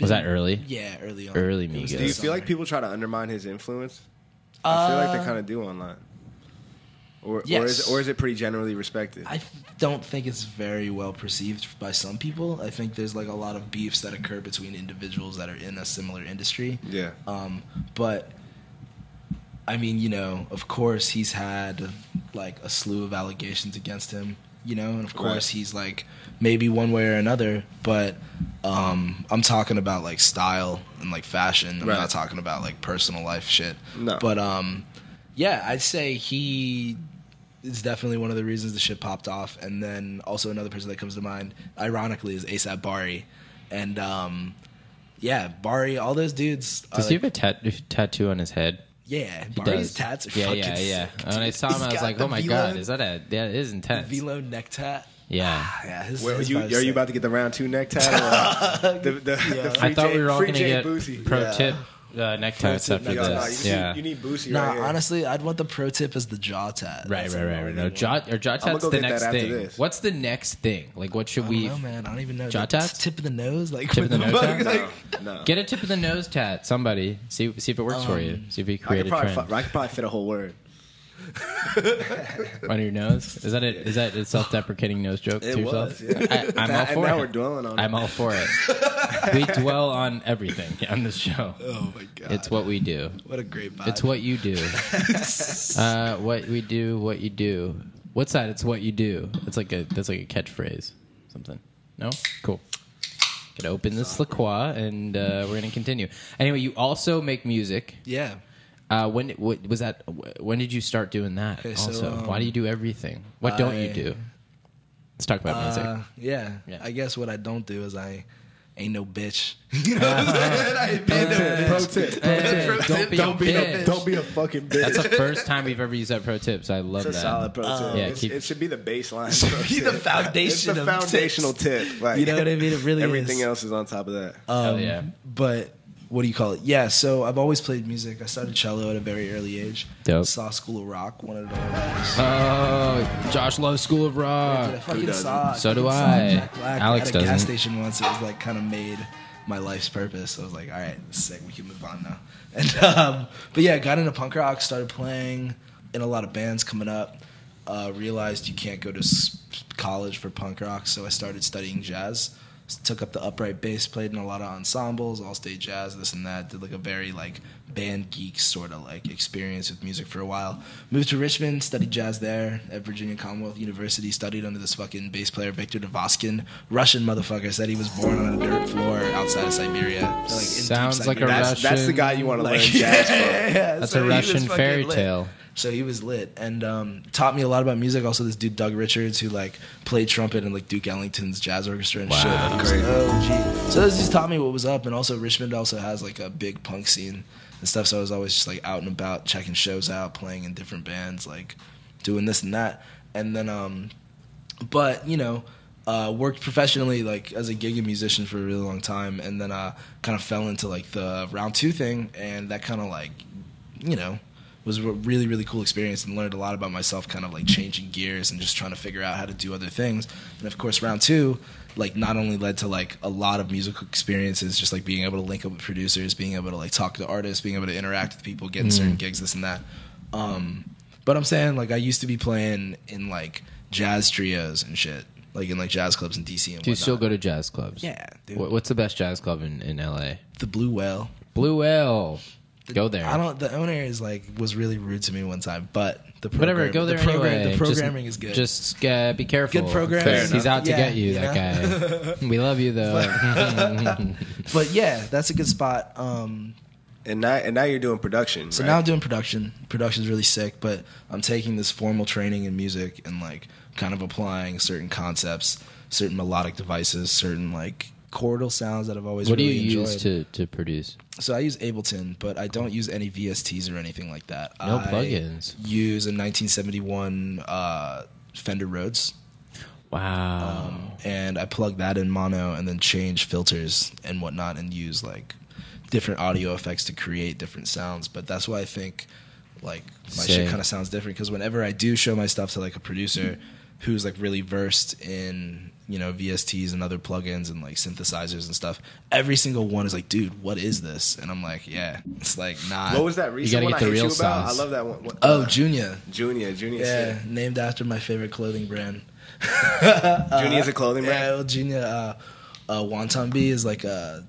Speaker 1: Was that early?
Speaker 2: Yeah, early on.
Speaker 1: Early
Speaker 2: It
Speaker 1: Migos.
Speaker 2: was the
Speaker 3: Do you feel like
Speaker 2: summer.
Speaker 3: people try to undermine his influence? I feel like they
Speaker 2: Uh,
Speaker 3: kind of do online. Or, or,
Speaker 2: yes.
Speaker 3: is, or is it pretty generally respected?
Speaker 2: I don't think it's very well perceived by some people. I think there's like a lot of beefs that occur between individuals that are in a similar industry.
Speaker 3: yeah.
Speaker 2: Um, but I mean, you know, of course he's had like a slew of allegations against him, you know, and of course
Speaker 3: Right.
Speaker 2: he's like maybe one way or another, but um, I'm talking about like style and like fashion. I'm
Speaker 3: Right.
Speaker 2: not talking about like personal life shit.
Speaker 3: No.
Speaker 2: But um, yeah, I'd say he is definitely one of the reasons the shit popped off. And then also another person that comes to mind, ironically, is ASAP Bari. And um, yeah, Bari, all those dudes. are,
Speaker 1: Does he
Speaker 2: like-
Speaker 1: have a tat- tattoo on his head?
Speaker 2: yeah,
Speaker 1: He
Speaker 2: Bari's
Speaker 1: does.
Speaker 2: tats are
Speaker 1: yeah,
Speaker 2: fucking
Speaker 1: yeah, yeah.
Speaker 2: sick,
Speaker 1: When I
Speaker 2: dude.
Speaker 1: saw him,
Speaker 2: He's
Speaker 1: I was
Speaker 2: got
Speaker 1: like,
Speaker 2: the
Speaker 1: "Oh my
Speaker 2: velo-
Speaker 1: god, is that a? Yeah, it is intense.
Speaker 2: velo neck tat?"
Speaker 1: yeah,
Speaker 3: Ah,
Speaker 2: Yeah, his,
Speaker 3: Where, are,
Speaker 2: his
Speaker 3: you,
Speaker 2: vibe's
Speaker 3: are you
Speaker 2: sick.
Speaker 3: about to get the round two neck tie? or, uh, the, the,
Speaker 2: Yeah.
Speaker 3: the free
Speaker 1: I thought
Speaker 3: J-
Speaker 1: we were all
Speaker 3: free
Speaker 1: going to
Speaker 3: J
Speaker 1: get
Speaker 3: Boosie.
Speaker 1: pro
Speaker 2: Yeah.
Speaker 1: tip uh, necktie
Speaker 2: Pro
Speaker 1: stuff
Speaker 2: tip
Speaker 1: for
Speaker 3: Yo,
Speaker 2: necktie.
Speaker 3: nah, you,
Speaker 1: this.
Speaker 3: just-
Speaker 1: yeah,
Speaker 3: you need Boosie
Speaker 2: Nah,
Speaker 3: right here.
Speaker 2: honestly, I'd want the pro tip as the jaw tat.
Speaker 1: right,
Speaker 2: That's
Speaker 1: right,
Speaker 2: what I
Speaker 1: right, right.
Speaker 2: really
Speaker 1: No,
Speaker 2: want.
Speaker 1: jaw or jaw
Speaker 3: gonna
Speaker 1: tat's
Speaker 3: go
Speaker 1: the
Speaker 3: get that
Speaker 1: next
Speaker 3: after
Speaker 1: thing.
Speaker 3: this.
Speaker 1: What's the next thing? Like, what should
Speaker 2: I don't
Speaker 1: we
Speaker 2: know, man. I don't even know.
Speaker 1: Jaw
Speaker 2: The
Speaker 1: tats?
Speaker 2: Tip of the nose, like
Speaker 1: Tip of
Speaker 2: what
Speaker 1: the nose
Speaker 2: fuck?
Speaker 1: tat?
Speaker 2: Like,
Speaker 3: no, no.
Speaker 1: get a tip of the nose tat? Somebody see see if it works for you. See if you
Speaker 3: Um, I,
Speaker 1: create
Speaker 3: could
Speaker 1: a
Speaker 3: probably
Speaker 1: trend
Speaker 3: fi- I could probably fit a whole word.
Speaker 1: on your nose. Is that it? Is that a self deprecating nose joke
Speaker 3: It
Speaker 1: to yourself?
Speaker 3: was, yeah.
Speaker 1: I, I'm
Speaker 3: That-
Speaker 1: all
Speaker 3: and
Speaker 1: for
Speaker 3: now
Speaker 1: it.
Speaker 3: we're dwelling on
Speaker 1: I'm
Speaker 3: it.
Speaker 1: all for it. we dwell on everything on this show.
Speaker 2: oh my god,
Speaker 1: It's what we do.
Speaker 2: what a great vibe.
Speaker 1: It's what you do. uh, what we do, what you do. What's that? It's what you do. That's like a that's like a catchphrase. Something. No? Cool. Gonna open this LaCroix and uh, we're gonna continue. Anyway, you also make music.
Speaker 2: Yeah.
Speaker 1: Uh, when what, was that? When did you start doing that?
Speaker 2: Okay, so, um,
Speaker 1: also, why do you do everything? What don't you
Speaker 2: I-
Speaker 1: do? Let's talk about music.
Speaker 2: Uh, yeah.
Speaker 1: Yeah.
Speaker 2: I guess what I don't do is I ain't no bitch. You know what I'm saying? I ain't been no
Speaker 3: Pro tip.
Speaker 1: Hey,
Speaker 2: Uh,
Speaker 1: don't be a bitch.
Speaker 3: Don't be a fucking bitch.
Speaker 1: That's the first time we've ever used that pro tip, so I love
Speaker 3: It's a
Speaker 1: that.
Speaker 3: solid pro tip.
Speaker 1: yeah,
Speaker 3: It's-
Speaker 1: keep-
Speaker 3: it should be the baseline.
Speaker 2: should
Speaker 3: pro
Speaker 2: be the
Speaker 3: tip. It's
Speaker 2: foundation
Speaker 3: the
Speaker 2: of
Speaker 3: foundational
Speaker 2: tips.
Speaker 3: tip. Like,
Speaker 2: You know what I mean? It really
Speaker 3: everything
Speaker 2: is.
Speaker 3: else is on top of that.
Speaker 2: Um,
Speaker 1: Hell yeah.
Speaker 2: But what do you call it? Yeah, so I've always played music. I started cello at a very early age.
Speaker 1: Dope.
Speaker 2: Saw School of Rock, wanted to learn bass.
Speaker 1: Oh, Josh loves School of
Speaker 2: Dude, I
Speaker 1: Rock.
Speaker 2: fucking
Speaker 3: doesn't?
Speaker 2: saw.
Speaker 1: So do
Speaker 2: fucking saw
Speaker 1: I.
Speaker 2: Jack Black
Speaker 1: Alex
Speaker 2: at a gas
Speaker 1: doesn't.
Speaker 2: station once. It was like kind of made my life's purpose. I was like, all right, this is sick. We can move on now. And um, but yeah, got into punk rock. Started playing in a lot of bands coming up. Uh, realized you can't go to s- college for punk rock, so I started studying jazz. S- Took up the upright bass, played in a lot of ensembles, all state jazz, this and that. Did like a very like band geek sort of like experience with music for a while. Moved to Richmond, studied jazz there at Virginia Commonwealth University. Studied under this fucking bass player Victor Devoskin, Russian motherfucker. Said he was born on a dirt floor outside of Siberia. Like in deep
Speaker 1: Sounds like a
Speaker 2: Siberia.
Speaker 3: That's, that's the
Speaker 1: Russian-
Speaker 3: guy you want to learn
Speaker 2: Like,
Speaker 3: jazz from.
Speaker 2: yeah,
Speaker 1: That's
Speaker 2: so
Speaker 1: a
Speaker 2: he was
Speaker 1: Russian
Speaker 2: fucking
Speaker 1: fairy
Speaker 2: lit.
Speaker 1: tale.
Speaker 2: So he was lit and um, taught me a lot about music. Also, this dude Doug Richards, who like played trumpet in like Duke Ellington's jazz orchestra and shit. Like, he was like, oh, gee. So this just taught me what was up. And also, Richmond also has like a big punk scene and stuff. So I was always just like out and about, checking shows out, playing in different bands, like doing this and that. And then um, but you know uh, worked professionally like as a gigging musician for a really long time and then uh, kind of fell into like the round two thing and that kind of like you know was a really really cool experience and learned a lot about myself kind of like changing gears and just trying to figure out how to do other things and of course round two like not only led to like a lot of musical experiences just like being able to link up with producers being able to like talk to artists being able to interact with people getting
Speaker 1: Mm-hmm.
Speaker 2: certain gigs this and that um, but I'm saying like I used to be playing in like jazz trios and shit, like in like jazz clubs in DC and
Speaker 1: Do you
Speaker 2: whatnot.
Speaker 1: still go to jazz clubs?
Speaker 2: Yeah, dude.
Speaker 1: What, what's the best jazz club in, in LA?
Speaker 2: the Blue Whale.
Speaker 1: Blue Whale. Go there.
Speaker 2: I don't. The owner is like was really rude to me one time, but the program,
Speaker 1: Whatever, go there
Speaker 2: The, program-
Speaker 1: anyway.
Speaker 2: the programming
Speaker 1: just,
Speaker 2: is good.
Speaker 1: Just uh, be careful.
Speaker 2: Good programming.
Speaker 1: Fair
Speaker 2: Fair
Speaker 1: He's
Speaker 2: enough.
Speaker 1: out to
Speaker 2: Yeah,
Speaker 1: get you,
Speaker 2: you
Speaker 1: that guy. we love you, though.
Speaker 2: but yeah, that's a good spot. Um,
Speaker 3: And now, and now you're doing production.
Speaker 2: so
Speaker 3: right?
Speaker 2: now I'm doing production. Production's really sick, but I'm taking this formal training in music and like kind of applying certain concepts, certain melodic devices, certain like chordal sounds that I've always
Speaker 1: what do
Speaker 2: really
Speaker 1: you
Speaker 2: enjoyed.
Speaker 1: use to, to produce?
Speaker 2: So I use Ableton, but I don't use any VSTs or anything like that.
Speaker 1: No
Speaker 2: I
Speaker 1: plugins.
Speaker 2: Use a 1971 uh, Fender Rhodes,
Speaker 1: Wow.
Speaker 3: Um,
Speaker 2: Um, and I plug that in mono, and then change filters and whatnot, and use like different audio effects to create different sounds. But that's why I think like my
Speaker 1: Sick.
Speaker 2: shit kind of sounds different because whenever I do show my stuff to like a producer who's like really versed in you know VSTs and other plugins and like synthesizers and stuff, every single one is like, dude, what is this? And I'm like, yeah, it's like nah.
Speaker 3: What was that recent
Speaker 1: gotta
Speaker 3: one
Speaker 1: get
Speaker 3: I
Speaker 1: the
Speaker 3: hit
Speaker 1: real
Speaker 3: you about? I
Speaker 1: sounds.
Speaker 3: love that one. What-
Speaker 2: Oh,
Speaker 3: uh,
Speaker 2: Junior.
Speaker 3: Junior, Junior.
Speaker 2: Yeah, named after my favorite clothing brand.
Speaker 3: Junior's a clothing
Speaker 2: Yeah,
Speaker 3: brand.
Speaker 2: well, Junior uh, uh, Wonton B is like a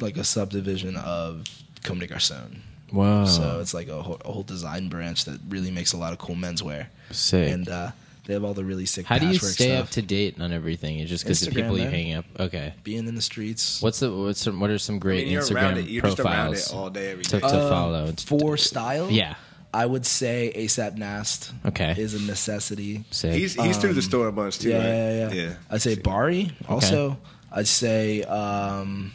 Speaker 2: like a subdivision of Comme des Garçons.
Speaker 1: Wow.
Speaker 2: So it's like a whole, a whole design branch that really makes a lot of cool menswear.
Speaker 1: Sick.
Speaker 2: And uh, they have all the really sick
Speaker 1: How do you
Speaker 2: patchwork
Speaker 1: stay
Speaker 2: stuff.
Speaker 1: up to date on everything? It's just because the
Speaker 2: Instagram,
Speaker 1: people you
Speaker 2: man.
Speaker 1: hang up. Okay.
Speaker 2: being in the streets.
Speaker 1: What's the what's some, what are some
Speaker 3: I
Speaker 1: great
Speaker 3: mean, you're around it.
Speaker 1: Instagram
Speaker 3: You're just around
Speaker 1: profiles
Speaker 3: it all day every
Speaker 1: to,
Speaker 3: day.
Speaker 1: to follow? It's-
Speaker 2: Um, For style?
Speaker 1: Yeah.
Speaker 2: I would say ASAP Nast
Speaker 1: Okay.
Speaker 2: is a necessity.
Speaker 1: Sick.
Speaker 3: he's he's through the store a bunch too.
Speaker 2: Yeah, yeah,
Speaker 3: right?
Speaker 2: yeah, I'd say Bari also. I'd say, um,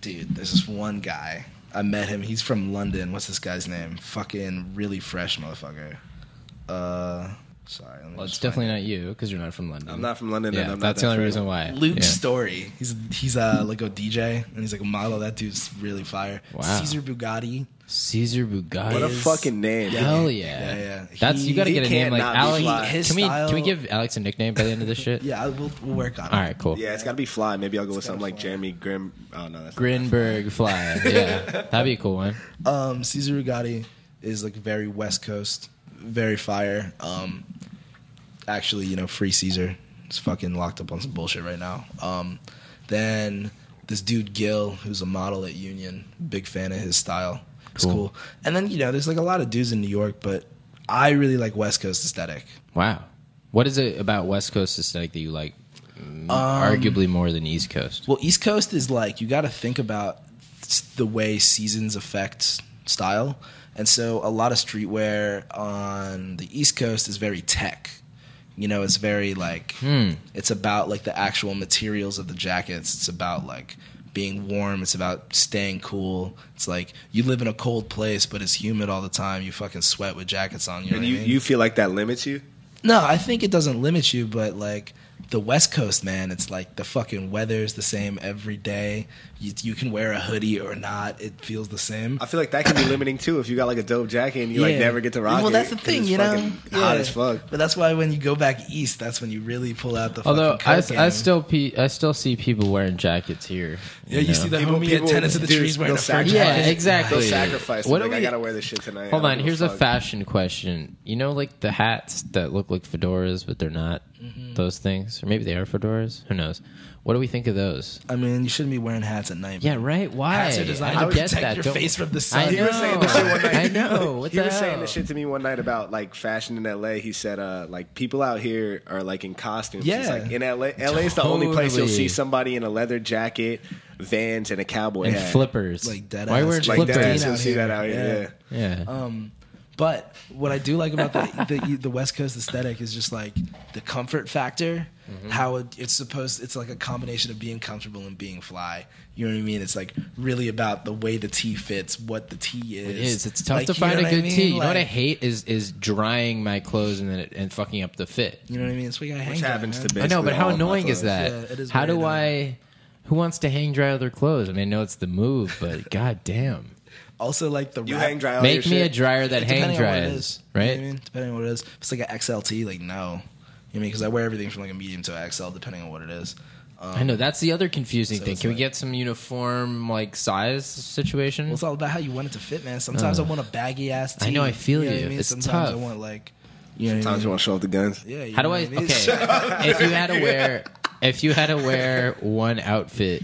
Speaker 2: dude, there's this one guy. I met him. He's from London. What's this guy's name? Fucking really fresh motherfucker. Uh, sorry. Let me
Speaker 1: well, it's
Speaker 2: just find
Speaker 1: definitely not you because you're not from London.
Speaker 3: I'm not from London.
Speaker 1: Yeah,
Speaker 3: and I'm not
Speaker 1: that's
Speaker 3: that
Speaker 1: the only
Speaker 3: friendly.
Speaker 1: reason why.
Speaker 2: Luke
Speaker 1: Yeah.
Speaker 2: Story. He's he's uh, like a DJ and he's like a model. That dude's really fire.
Speaker 1: Wow.
Speaker 2: Caesar Bugatti.
Speaker 1: Caesar Bugatti.
Speaker 3: What a
Speaker 2: is-
Speaker 3: fucking name.
Speaker 1: Hell
Speaker 2: Yeah,
Speaker 1: yeah.
Speaker 2: yeah.
Speaker 1: That's
Speaker 2: He-
Speaker 1: you got to
Speaker 3: he
Speaker 1: get a name
Speaker 3: can't
Speaker 1: like
Speaker 3: not be
Speaker 1: Alex.
Speaker 3: fly.
Speaker 2: His
Speaker 1: Can we can we
Speaker 2: style-
Speaker 1: give Alex a nickname by the end of this shit?
Speaker 2: Yeah, I- we'll we'll work on it.
Speaker 1: All right. Cool.
Speaker 3: Yeah, it's got to be fly. Maybe I'll go with something like
Speaker 2: fly.
Speaker 3: Jeremy Grim. Oh no, that's
Speaker 1: Grinberg Fly. Yeah, that'd be a cool one.
Speaker 2: Um, Caesar Bugatti is like very West Coast, very fire. Um, actually, you know, free Caesar. It's fucking locked up on some bullshit right now. Um, then this dude Gil, who's a model at Union, big fan of his style. It's
Speaker 1: Cool.
Speaker 2: cool. And then you know, there's like a lot of dudes in New York, but I really like West Coast aesthetic.
Speaker 1: Wow. What is it about West Coast aesthetic that you like? mm, arguably more than East Coast.
Speaker 2: Well, East Coast is like you got to think about s- the way seasons affect style, and so a lot of streetwear on the East Coast is very tech. You know, it's very like
Speaker 1: hmm.
Speaker 2: it's about like the actual materials of the jackets. It's about like being warm. It's about staying cool. It's like you live in a cold place, but it's humid all the time. You fucking sweat with jackets on. You know
Speaker 3: And
Speaker 2: what
Speaker 3: you
Speaker 2: I mean?
Speaker 3: you feel like that limits you?
Speaker 2: No, I think it doesn't limit you, but like the West Coast, man, it's like the fucking weather's the same every day. You, you can wear a hoodie or not; it feels the same.
Speaker 3: I feel like that can be limiting too. If you got like a dope jacket and you like
Speaker 2: Yeah.
Speaker 3: never get to rock
Speaker 2: Well,
Speaker 3: it,
Speaker 2: that's the
Speaker 3: 'cause
Speaker 2: thing,
Speaker 3: it's
Speaker 2: you know.
Speaker 3: fucking Hot
Speaker 2: Yeah.
Speaker 3: as fuck.
Speaker 2: But that's why when you go back east, that's when you really pull out the.
Speaker 1: Although
Speaker 2: fucking
Speaker 1: I,
Speaker 2: coat
Speaker 1: I
Speaker 2: game.
Speaker 1: still pe- I still see people wearing jackets here.
Speaker 2: Yeah, you, see that
Speaker 3: People-
Speaker 2: homie
Speaker 3: people
Speaker 2: at Tennis of the
Speaker 3: do-
Speaker 2: Trees wearing a
Speaker 3: they'll
Speaker 2: fur
Speaker 3: sacrifice-
Speaker 2: jacket.
Speaker 1: Yeah, exactly.
Speaker 3: They'll sacrifice.
Speaker 1: What
Speaker 3: What like,
Speaker 1: are
Speaker 3: I
Speaker 1: we-
Speaker 3: gotta wear this shit tonight.
Speaker 1: Hold
Speaker 3: I don't
Speaker 1: on,
Speaker 3: give
Speaker 1: here's a
Speaker 3: fuck.
Speaker 1: fashion question. You know, like the hats that look like fedoras, but they're not
Speaker 2: Mm-hmm.
Speaker 1: those things, or maybe they are fedoras. Who knows? What do we think of those?
Speaker 2: I mean, you shouldn't be wearing hats at night.
Speaker 1: Yeah, right. Why?
Speaker 2: Hats are designed
Speaker 1: I
Speaker 2: to
Speaker 1: get
Speaker 2: protect
Speaker 1: that.
Speaker 2: your
Speaker 1: Don't-
Speaker 2: face from the
Speaker 1: I
Speaker 2: sun.
Speaker 1: know.
Speaker 3: You were saying this shit one night.
Speaker 1: I know. What
Speaker 3: he
Speaker 1: the
Speaker 3: was
Speaker 1: hell?
Speaker 3: saying this shit to me one night about like fashion in LA. He said, uh, like people out here are like in costumes. He's
Speaker 2: Yeah.
Speaker 3: like in LA, LA is the only place you'll
Speaker 1: Totally.
Speaker 3: see somebody in a leather jacket, Vans, and a cowboy
Speaker 1: and
Speaker 3: hat.
Speaker 1: flippers.
Speaker 2: Like dead
Speaker 1: Why
Speaker 2: ass.
Speaker 1: wear
Speaker 3: like
Speaker 1: flippers?
Speaker 3: that.
Speaker 2: flippers.
Speaker 3: You'll see that out here.
Speaker 2: Yeah.
Speaker 3: yeah.
Speaker 1: yeah.
Speaker 2: Um, but what I do like about the, the the West Coast aesthetic is just like the comfort factor.
Speaker 1: Mm-hmm.
Speaker 2: How it, it's supposed, it's like a combination of being comfortable and being fly. You know what I mean? It's like really about the way the tea fits, what the tea is.
Speaker 1: It is. It's tough
Speaker 2: Like,
Speaker 1: to
Speaker 2: you know
Speaker 1: find a
Speaker 2: what I
Speaker 1: good
Speaker 2: mean?
Speaker 1: tee. You know what I
Speaker 2: Like,
Speaker 1: hate is is drying my clothes and then it, and fucking up the fit.
Speaker 2: You know what I mean? It's what you gotta
Speaker 3: Which
Speaker 2: hang
Speaker 3: happens
Speaker 2: by,
Speaker 3: to
Speaker 2: man.
Speaker 3: be.
Speaker 1: I know, but
Speaker 3: Basically
Speaker 1: how
Speaker 3: all of my
Speaker 1: annoying is
Speaker 3: clothes.
Speaker 1: that?
Speaker 2: Yeah, it is
Speaker 1: how
Speaker 2: very
Speaker 1: do I? Who wants to hang dry their clothes? I mean, I know it's the move, but god damn.
Speaker 2: Also, like the
Speaker 3: You
Speaker 2: wrap-
Speaker 3: hang dry all your
Speaker 1: Make me
Speaker 3: shit.
Speaker 1: a dryer that hang
Speaker 2: Oh, Depending on what it
Speaker 1: dries,
Speaker 2: is, you know
Speaker 1: right?
Speaker 2: what I mean? Depending on what it is. If it's like an XLT, like no. You know what I mean? Because I wear everything from like a medium to an XL, depending on what it is. Um,
Speaker 1: I know that's the other confusing
Speaker 2: So
Speaker 1: thing.
Speaker 2: it's
Speaker 1: Can we
Speaker 2: like-
Speaker 1: get some uniform like size situation?
Speaker 2: Well, it's all about how you want it to fit, man. Sometimes I want a baggy ass tee.
Speaker 1: Uh, I know, I feel
Speaker 2: know what
Speaker 1: you.
Speaker 2: I mean?
Speaker 1: It's
Speaker 2: Sometimes
Speaker 1: tough.
Speaker 2: I want like, you know,
Speaker 3: Sometimes you want to show off the guns.
Speaker 2: yeah. you
Speaker 1: How do
Speaker 2: know
Speaker 1: I?
Speaker 2: what mean?
Speaker 1: Okay, if you had to wear, if you had to wear one outfit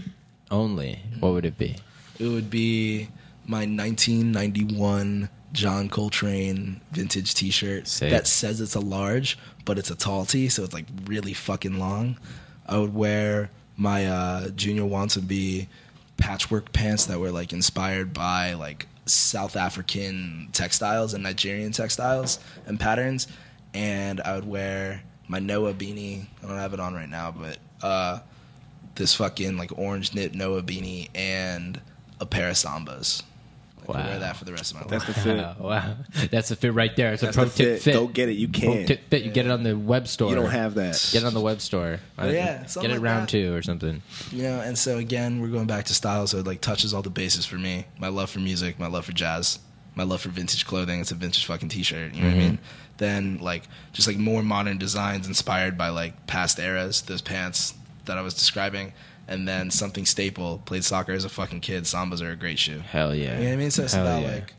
Speaker 1: only, what would it be?
Speaker 2: It would be my 1991 John Coltrane vintage T-shirt
Speaker 1: Sick.
Speaker 2: that says it's a large, but it's a tall tee, so it's like really fucking long. I would wear my uh, Junior Wannabe patchwork pants that were like inspired by like South African textiles and Nigerian textiles and patterns, and I would wear my Noah beanie. I don't have it on right now, but. Uh, this fucking like orange knit Noah beanie and a pair of sambas. Like, I
Speaker 1: Wow.
Speaker 2: wear that for the rest of my
Speaker 3: That's
Speaker 2: life.
Speaker 3: the fit.
Speaker 1: Wow, wow, that's a fit right there. It's
Speaker 3: That's
Speaker 1: a pro
Speaker 3: the
Speaker 1: tip
Speaker 3: fit.
Speaker 1: fit.
Speaker 3: Go get it. You
Speaker 1: Pro
Speaker 3: can.
Speaker 1: tip fit. You get it on the web store.
Speaker 3: You don't have that.
Speaker 1: Get it on the web store.
Speaker 2: But
Speaker 1: Uh,
Speaker 2: yeah,
Speaker 1: get
Speaker 2: something
Speaker 1: it
Speaker 2: like
Speaker 1: round
Speaker 2: that.
Speaker 1: two or something.
Speaker 2: You know, and so again, we're going back to style, so it like touches all the bases for me. My love for music, my love for jazz, my love for vintage clothing. It's a vintage fucking t shirt, you know
Speaker 1: Mm-hmm.
Speaker 2: what I mean? Then like just like more modern designs inspired by like past eras, those pants that I was describing. And then something staple. Played soccer as a fucking kid. Sambas are a great shoe.
Speaker 1: Hell yeah.
Speaker 2: You know what I mean? So it's
Speaker 1: Hell
Speaker 2: about
Speaker 1: yeah.
Speaker 2: like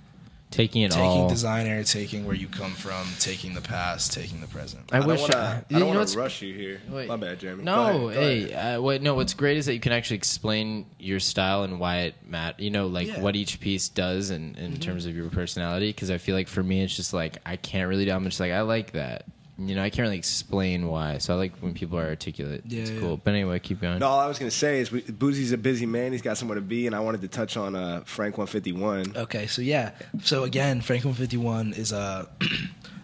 Speaker 1: taking it
Speaker 2: taking
Speaker 1: all.
Speaker 2: designer, taking where you come from, taking the past, taking the present.
Speaker 1: I,
Speaker 3: I don't
Speaker 1: wish.
Speaker 3: want
Speaker 1: I,
Speaker 3: to.
Speaker 1: you know
Speaker 3: I don't want
Speaker 1: what's-
Speaker 3: to rush you here.
Speaker 1: Wait.
Speaker 3: My bad, Jeremy.
Speaker 1: No,
Speaker 3: Go ahead, go ahead.
Speaker 1: hey, uh, what, no. What's great is that you can actually explain your style and why it mat. You know, like
Speaker 2: Yeah. Mm-hmm.
Speaker 1: what each piece does in, in terms of your personality. Because I feel like for me, it's just like I can't really. do I'm just like I like that. You know, I can't really explain why. So I like when people are articulate.
Speaker 2: Yeah,
Speaker 1: it's
Speaker 2: yeah.
Speaker 1: cool. But anyway, keep going.
Speaker 3: No, all I was gonna say is we, Boozy's a busy man. He's got somewhere to be, and I wanted to touch on uh, Frank 151.
Speaker 2: Okay, so yeah. So again, Franklin 51 is a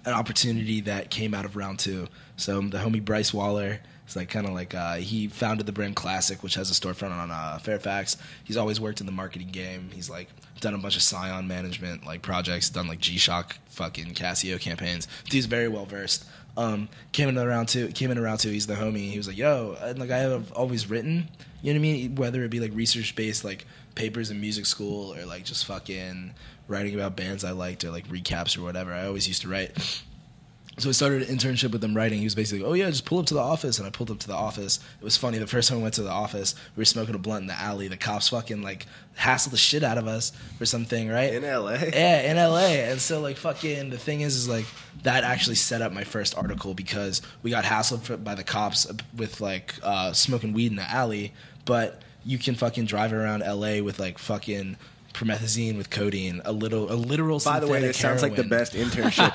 Speaker 2: an opportunity that came out of round 2. So the homie Bryce Waller it's like kind of like uh, he founded the Brim Classic, which has a storefront on uh, Fairfax. He's always worked in the marketing game. He's like done a bunch of Scion management like projects, done like G-Shock fucking Casio campaigns. Dude's very well versed. Um, came into round two. Came into round two. He's the homie. He was like, "Yo," and like I have always written. You know what I mean? Whether it be like research based, like papers in music school, or like just fucking writing about bands I liked, or like recaps or whatever. I always used to write. So I started an internship with them writing. He was basically, oh yeah, just pull up to the office. And I pulled up to the office. It was funny. The first time we went to the office, we were smoking a blunt in the alley. The cops fucking like hassled the shit out of us for something,
Speaker 1: Uh,
Speaker 2: right?
Speaker 3: In LA?
Speaker 2: Yeah, in LA. And so like fucking the thing is, is like that actually set up my first article because we got hassled for, by the cops with like uh, smoking weed in the alley. But you can fucking drive around LA with like fucking promethazine with codeine, a little, a literal.
Speaker 3: By the way,
Speaker 2: synthetic
Speaker 3: this sounds like the
Speaker 2: heroin.
Speaker 3: best internship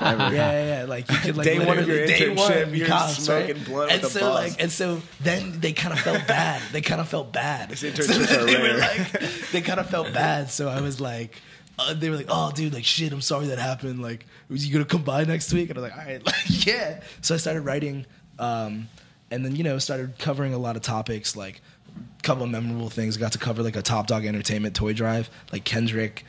Speaker 3: ever.
Speaker 2: Yeah, yeah, yeah. Like you could like
Speaker 3: Day one of
Speaker 2: literally-
Speaker 3: your
Speaker 2: day
Speaker 3: internship,
Speaker 2: one,
Speaker 3: you're
Speaker 2: cops,
Speaker 3: smoking
Speaker 2: right?
Speaker 3: blunt with
Speaker 2: and
Speaker 3: the
Speaker 2: so
Speaker 3: boss.
Speaker 2: like, and so then they kind of felt bad. They kind of felt bad.
Speaker 3: These
Speaker 2: So
Speaker 3: internships
Speaker 2: then
Speaker 3: are
Speaker 2: they were
Speaker 3: rare.
Speaker 2: like, they kind of felt bad. So I was like. Uh, they were like, "Oh, dude, like shit, I'm sorry that happened. Like, was you gonna come by next week?" And I was like, "All right, like, yeah." So I started writing, um, and then you know started covering a lot of topics, like a couple of memorable things. Got to cover like a Top Dog Entertainment toy drive, like Kendrick,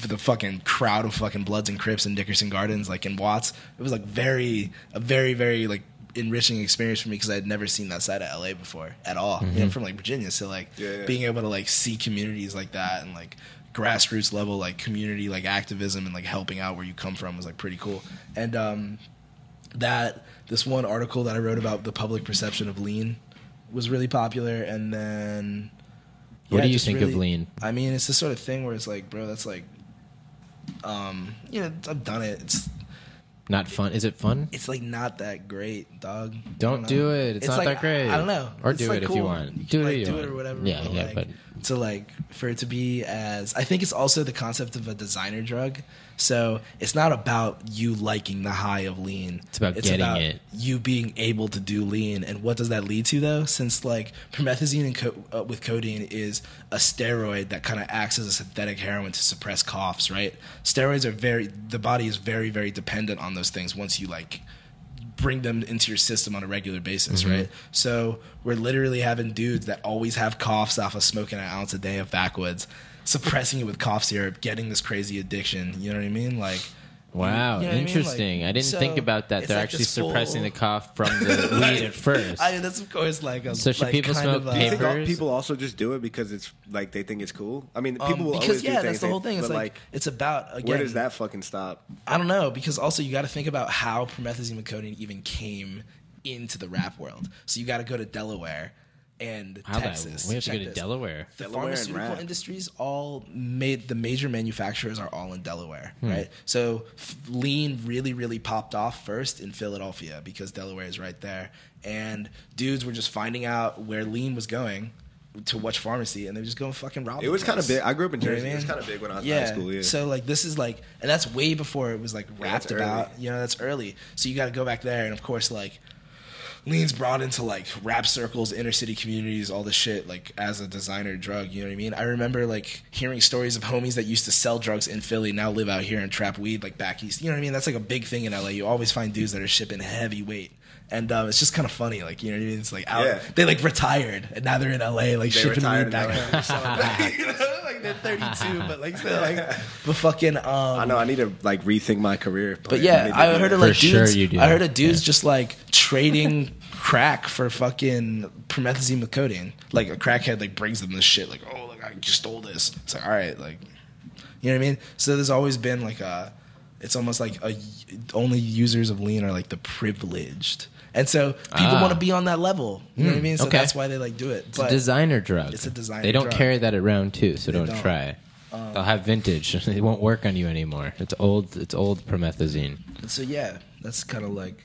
Speaker 2: for the fucking crowd of fucking Bloods and Crips in Dickerson Gardens, like in Watts. It was like very, a very, very like enriching experience for me because I had never seen that side of LA before at all. You know, I'm from like Virginia, so like
Speaker 3: Mm-hmm. Yeah, yeah.
Speaker 2: being able to like see communities like that and like grassroots level like community like activism and like helping out where you come from was like pretty cool. And um, that this one article that I wrote about the public perception of lean was really popular, and then
Speaker 1: What do you
Speaker 2: just
Speaker 1: think of lean?
Speaker 2: I mean, it's the sort of thing where it's like, bro, that's like, um, you know, I've done it. It's
Speaker 1: Not fun. Is it fun?
Speaker 2: it's like not that great, dog. I
Speaker 1: Don't
Speaker 2: know.
Speaker 1: do it. It's, not
Speaker 2: like,
Speaker 1: that great.
Speaker 2: I, I don't know.
Speaker 1: Or
Speaker 2: It's,
Speaker 1: do
Speaker 2: like,
Speaker 1: it if you
Speaker 2: cool.
Speaker 1: want.
Speaker 2: can,
Speaker 1: Do it.
Speaker 2: like,
Speaker 1: if you
Speaker 2: do
Speaker 1: want.
Speaker 2: it or whatever.
Speaker 1: Yeah, yeah,
Speaker 2: like,
Speaker 1: but
Speaker 2: to like for it to be as I think it's also the concept of a designer drug. So it's not about you liking the high of lean.
Speaker 1: It's about getting it.
Speaker 2: You being able to do lean, and what does that lead to though? Since like promethazine and co- uh, with codeine is a steroid that kind of acts as a synthetic heroin to suppress coughs, right? Steroids are very the body is very very dependent on those things once you like bring them into your system on a regular basis,
Speaker 1: Mm-hmm.
Speaker 2: right? So we're literally having dudes that always have coughs off of smoking an ounce a day of backwoods, suppressing it with cough syrup, getting this crazy addiction. You know what I mean? Like,
Speaker 1: wow,
Speaker 2: You know what I mean? Like,
Speaker 1: interesting. I, didn't
Speaker 2: so
Speaker 1: think about that.
Speaker 2: it's
Speaker 1: They're
Speaker 2: like
Speaker 1: actually
Speaker 2: this full-
Speaker 1: suppressing the cough from the weed at first.
Speaker 2: I mean, that's of course like a
Speaker 1: So should
Speaker 2: like
Speaker 1: people
Speaker 2: kind
Speaker 1: smoke
Speaker 2: of a,
Speaker 3: Do you think all,
Speaker 1: Papers?
Speaker 3: people also just do it because it's like they think it's cool? I mean,
Speaker 2: um,
Speaker 3: people will always
Speaker 2: because
Speaker 3: do
Speaker 2: yeah,
Speaker 3: things
Speaker 2: that's the
Speaker 3: they-
Speaker 2: whole thing. It's
Speaker 3: but,
Speaker 2: like, it's about again.
Speaker 3: where does that fucking stop?
Speaker 2: I don't know because also you got to think about how promethazine and codeine even came into the rap world. So you got to go to Delaware and
Speaker 1: How about
Speaker 2: Texas.
Speaker 1: we have to
Speaker 2: Check
Speaker 1: go to
Speaker 2: this.
Speaker 1: Delaware?
Speaker 2: the
Speaker 3: Delaware and
Speaker 2: pharmaceutical
Speaker 3: rap.
Speaker 2: industries all made the major manufacturers are all in Delaware,
Speaker 3: Hmm.
Speaker 2: right? So f- lean really, really popped off first in Philadelphia because Delaware is right there, and dudes were just finding out where lean was going to which pharmacy, and they were just going fucking rob.
Speaker 3: It
Speaker 2: the
Speaker 3: was kind of
Speaker 2: place.
Speaker 3: big. I grew up in
Speaker 2: You know what
Speaker 3: Jersey.
Speaker 2: I
Speaker 3: It was
Speaker 2: mean?
Speaker 3: kind of big when I was in
Speaker 2: yeah.
Speaker 3: high school. Yeah.
Speaker 2: So like this is like, and that's way before it was like rapped
Speaker 3: that's early.
Speaker 2: about. You know, that's early. So you got to go back there, and of course, like leans brought into like rap circles, inner city communities, all the shit, like as a designer drug, you know what I mean? I remember like hearing stories of homies that used to sell drugs in Philly now live out here and trap weed like back east. You know what I mean? That's like a big thing in LA. You always find dudes that are shipping heavy weight. And um, it's just kind of funny, like you know what I mean. It's like out,
Speaker 3: Yeah.
Speaker 2: they like retired, and now they're in LA, like
Speaker 3: They
Speaker 2: shipping weed
Speaker 3: retired in
Speaker 2: back.
Speaker 3: LA.
Speaker 2: you know, like they're 32, but like still, like but fucking. Um,
Speaker 3: I know I need to like rethink my career.
Speaker 2: but
Speaker 3: plan.
Speaker 2: yeah,
Speaker 3: need to
Speaker 2: I
Speaker 3: do
Speaker 2: heard
Speaker 3: that.
Speaker 2: of like
Speaker 1: For sure
Speaker 2: dudes.
Speaker 1: you do.
Speaker 2: I heard of dudes just like trading crack for fucking promethazine with codeine. Like a crackhead like brings them this shit. Like oh, like I just stole this. It's like all right, like you know what I mean. So there's always been like a. It's almost like a only users of lean are like the privileged, and so people
Speaker 1: Ah.
Speaker 2: want to be on that level. You know what I mean? So
Speaker 1: okay.
Speaker 2: that's why they like do it.
Speaker 1: It's a designer drug.
Speaker 2: It's a designer
Speaker 1: They don't
Speaker 2: drug.
Speaker 1: carry that around too, so
Speaker 2: They
Speaker 1: don't,
Speaker 2: don't. Um,
Speaker 1: try. They'll have vintage. It won't work on you anymore. It's old. It's old promethazine.
Speaker 2: so yeah, that's kind of like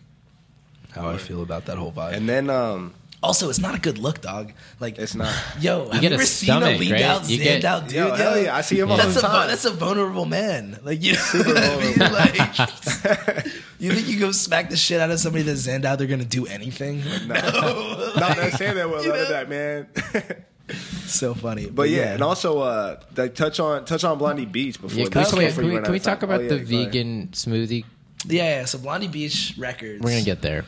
Speaker 2: how I feel about that whole vibe.
Speaker 3: And then um,
Speaker 2: also, it's not a good look, dog. Like
Speaker 3: it's not.
Speaker 2: Yo, have
Speaker 1: get
Speaker 2: you
Speaker 1: a
Speaker 2: ever
Speaker 1: stomach,
Speaker 2: seen a leaned
Speaker 1: right?
Speaker 2: out,
Speaker 1: You
Speaker 2: zanned
Speaker 1: get-
Speaker 2: out dude?
Speaker 3: Yo, hell yeah, I see him all
Speaker 2: that's
Speaker 3: the
Speaker 2: a,
Speaker 3: time.
Speaker 2: That's a vulnerable man. Like you, know what I mean? like, you think you go smack the shit out of somebody that's zanned out? They're gonna do anything?
Speaker 3: No, no, no say that with
Speaker 2: You
Speaker 3: none
Speaker 2: know?
Speaker 3: of that, man.
Speaker 2: so funny.
Speaker 3: But yeah, and also uh, like, touch on touch on Blondie Beach before.
Speaker 1: Yeah, can we,
Speaker 3: this,
Speaker 1: can we-
Speaker 3: before
Speaker 1: can
Speaker 3: you
Speaker 1: we-
Speaker 3: run
Speaker 1: can we
Speaker 3: out of
Speaker 1: talk
Speaker 3: time.
Speaker 1: about
Speaker 3: Oh, yeah,
Speaker 1: the
Speaker 3: go ahead.
Speaker 1: vegan smoothie?
Speaker 2: yeah, yeah. So Blondie Beach Records.
Speaker 1: We're gonna get there.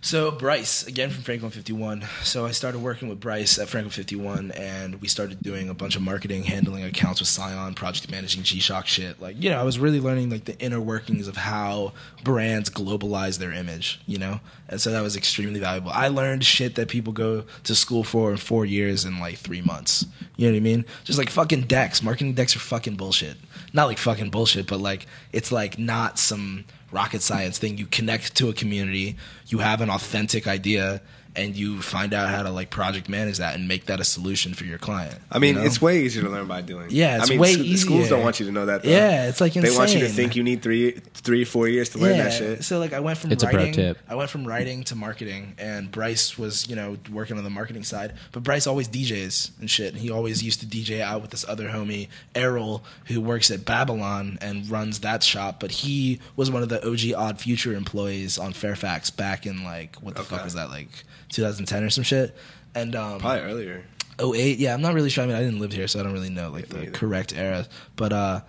Speaker 2: So Bryce, again from Franklin 51. So I started working with Bryce at Franklin 51, and we started doing a bunch of marketing, handling accounts with Scion, project managing G-Shock shit. Like, you know, I was really learning like the inner workings of how brands globalize their image, you know? And so that was extremely valuable. I learned shit that people go to school for in four years in like three months. You know what I mean? Just like fucking decks. Marketing decks are fucking bullshit. Not like fucking bullshit, but like it's like not some rocket science thing. You connect to a community, you have an authentic idea, and you find out how to like project manage that and make that a solution for your client.
Speaker 3: I mean,
Speaker 2: you know?
Speaker 3: it's way easier to learn by doing.
Speaker 2: Yeah,
Speaker 3: I
Speaker 2: it's
Speaker 3: mean,
Speaker 2: way
Speaker 3: sc- Schools don't
Speaker 2: easier.
Speaker 3: want you to know that. Though.
Speaker 2: Yeah, it's, like,
Speaker 3: they want you to
Speaker 2: insane.
Speaker 3: think you need three, three, four years to learn that shit.
Speaker 2: So like I went from
Speaker 1: It's a pro
Speaker 2: writing,
Speaker 1: tip.
Speaker 2: I went from writing to marketing, and Bryce was you know working on the marketing side, but Bryce always DJs and shit. He always used to DJ out with this other homie Errol, who works at Babylon and runs that shop. But he was one of the OG Odd Future employees on Fairfax back in like what the fuck
Speaker 3: Okay.
Speaker 2: was that like 2010 or some shit. And um,
Speaker 3: Probably earlier.
Speaker 2: 08 oh, yeah i'm not really sure i mean i didn't live here so i don't really know like the
Speaker 3: neither.
Speaker 2: correct era but uh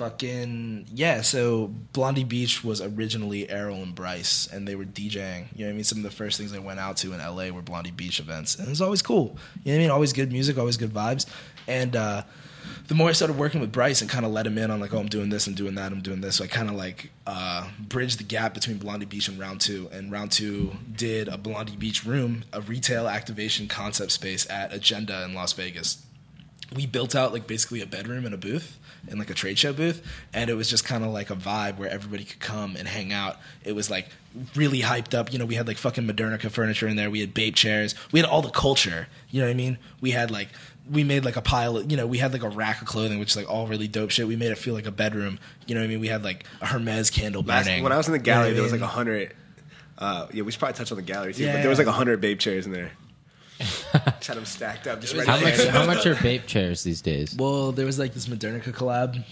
Speaker 2: fucking yeah so blondie beach was originally errol and bryce and they were djing you know what i mean some of the first things i went out to in la were blondie beach events and it was always cool you know what i mean always good music always good vibes and uh the more I started working with Bryce and kind of let him in on like, oh, I'm doing this, I'm doing that, I'm doing this. So I kind of like uh, bridged the gap between Blondie Beach and Round Two. And Round Two did a Blondie Beach room, a retail activation concept space at Agenda in Las Vegas. We built out like basically a bedroom and a booth and like a trade show booth, and it was just kind of like a vibe where everybody could come and hang out. It was like really hyped up. You know, we had like fucking Modernica furniture in there. We had Bape chairs. We had all the culture. You know what I mean? We had like we made like a pile of, you know, we had like a rack of clothing, which is like all really dope shit. We made it feel like a bedroom. You know what I mean? We had like a Hermes candle
Speaker 3: Last,
Speaker 2: burning.
Speaker 3: when I was in the
Speaker 2: You know what
Speaker 3: gallery,
Speaker 2: I
Speaker 3: there was
Speaker 2: mean?
Speaker 3: like a hundred. Uh, yeah, we should probably touch on the gallery too.
Speaker 2: Yeah.
Speaker 3: But there was like a hundred babe chairs in there. just had them stacked up. Just ready.
Speaker 1: How
Speaker 3: to
Speaker 1: much?
Speaker 3: hand
Speaker 1: How
Speaker 3: out.
Speaker 1: much are vape chairs these days?
Speaker 2: Well, there was like this Modernica collab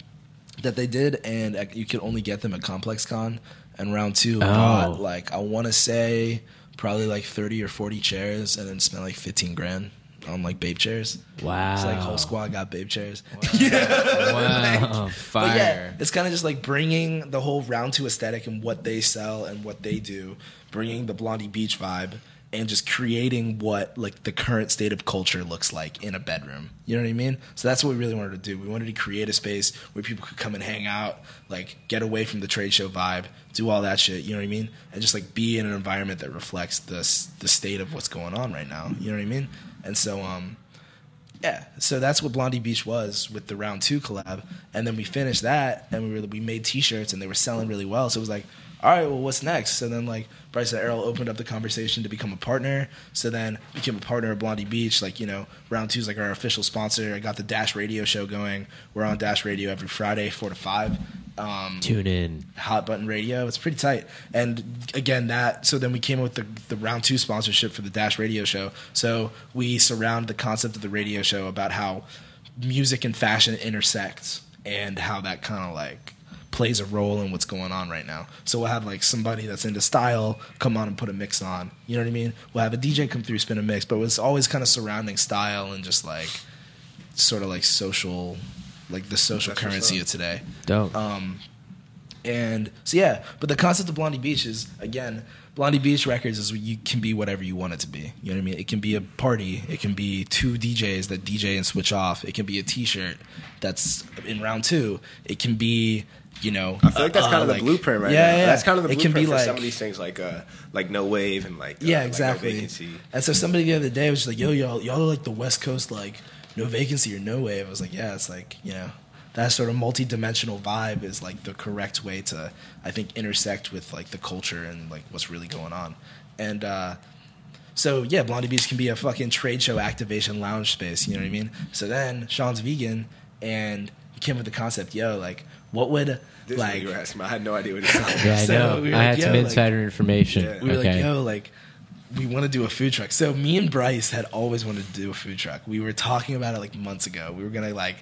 Speaker 2: that they did, and uh, you could only get them at Complex Con. And round
Speaker 1: Oh.
Speaker 2: two, bought like I want to say probably like thirty or forty chairs, and then spent like fifteen grand on like babe chairs.
Speaker 1: Wow.
Speaker 2: It's like whole squad got babe chairs.
Speaker 1: Wow,
Speaker 2: But yeah,
Speaker 1: fire.
Speaker 2: it's kind of just like bringing the whole round two aesthetic and what they sell and what they do, bringing the Blondie Beach vibe and just creating what like the current state of culture looks like in a bedroom. You know what I mean? So that's what we really wanted to do. We wanted to create a space where people could come and hang out, like get away from the trade show vibe, do all that shit, you know what I mean? And just like be in an environment that reflects the s- the state of what's going on right now, you know what I mean? And so um yeah, so that's what Blondie Beach was with the round two collab, and then we finished that, and we were, we made T-shirts, and they were selling really well. So it was like, all right, well, what's next? So then like Bryce and Errol opened up the conversation to become a partner. So then became a partner of Blondie Beach. Like you know, round two's like our official sponsor. I got the Dash Radio show going. We're on Dash Radio every Friday, four to five. Um,
Speaker 4: Tune in.
Speaker 2: hot button radio. It's pretty tight. And again, that so then we came up with the, the round two sponsorship for the Dash Radio Show. So we surround the concept of the radio show about how music and fashion intersect and how that kind of like plays a role in what's going on right now. So we'll have like somebody that's into style come on and put a mix on. You know what I mean? We'll have a DJ come through spin a mix, but it's always kind of surrounding style and just like sort of like social like the social
Speaker 3: That's what's
Speaker 2: currency
Speaker 3: up.
Speaker 2: of today. Uh,
Speaker 4: Dope.
Speaker 2: Um, And so yeah, but the concept of Blondie Beach is again, Blondie Beach Records is you can be whatever you want it to be. You know what I mean? It can be a party, it can be two DJs that DJ and switch off, it can be a T-shirt that's in round two, it can be you know. uh,
Speaker 3: I feel like that's kind of the blueprint right
Speaker 2: yeah,
Speaker 3: now.
Speaker 2: Yeah,
Speaker 3: That's kind of the
Speaker 2: It
Speaker 3: blueprint
Speaker 2: can be
Speaker 3: for
Speaker 2: like,
Speaker 3: some of these things, like uh, like no wave and like uh,
Speaker 2: yeah,
Speaker 3: like,
Speaker 2: exactly.
Speaker 3: no vacancy.
Speaker 2: and so somebody the other day was just like, "Yo, y'all, y'all are like the West Coast, like no vacancy or no wave." I was like, "Yeah, it's like you know that sort of multi-dimensional vibe is like the correct way to, I think, intersect with like the culture and like what's really going on." And uh, so yeah, Blondie Beach can be a fucking trade show activation lounge space. You know what I mean? So then Sean's vegan and he came with the concept, "Yo, like what would
Speaker 3: This is what
Speaker 2: like."
Speaker 3: you were asking. about. I had no idea what it was.
Speaker 4: yeah, I
Speaker 2: so
Speaker 4: know.
Speaker 2: we were
Speaker 4: I
Speaker 2: like,
Speaker 4: had some
Speaker 2: "Yo, like-
Speaker 4: insider information.
Speaker 3: Yeah.
Speaker 2: we were
Speaker 4: okay.
Speaker 2: like, yo, like, we want to do a food truck. So me and Bryce had always wanted to do a food truck. We were talking about it like months ago. We were gonna like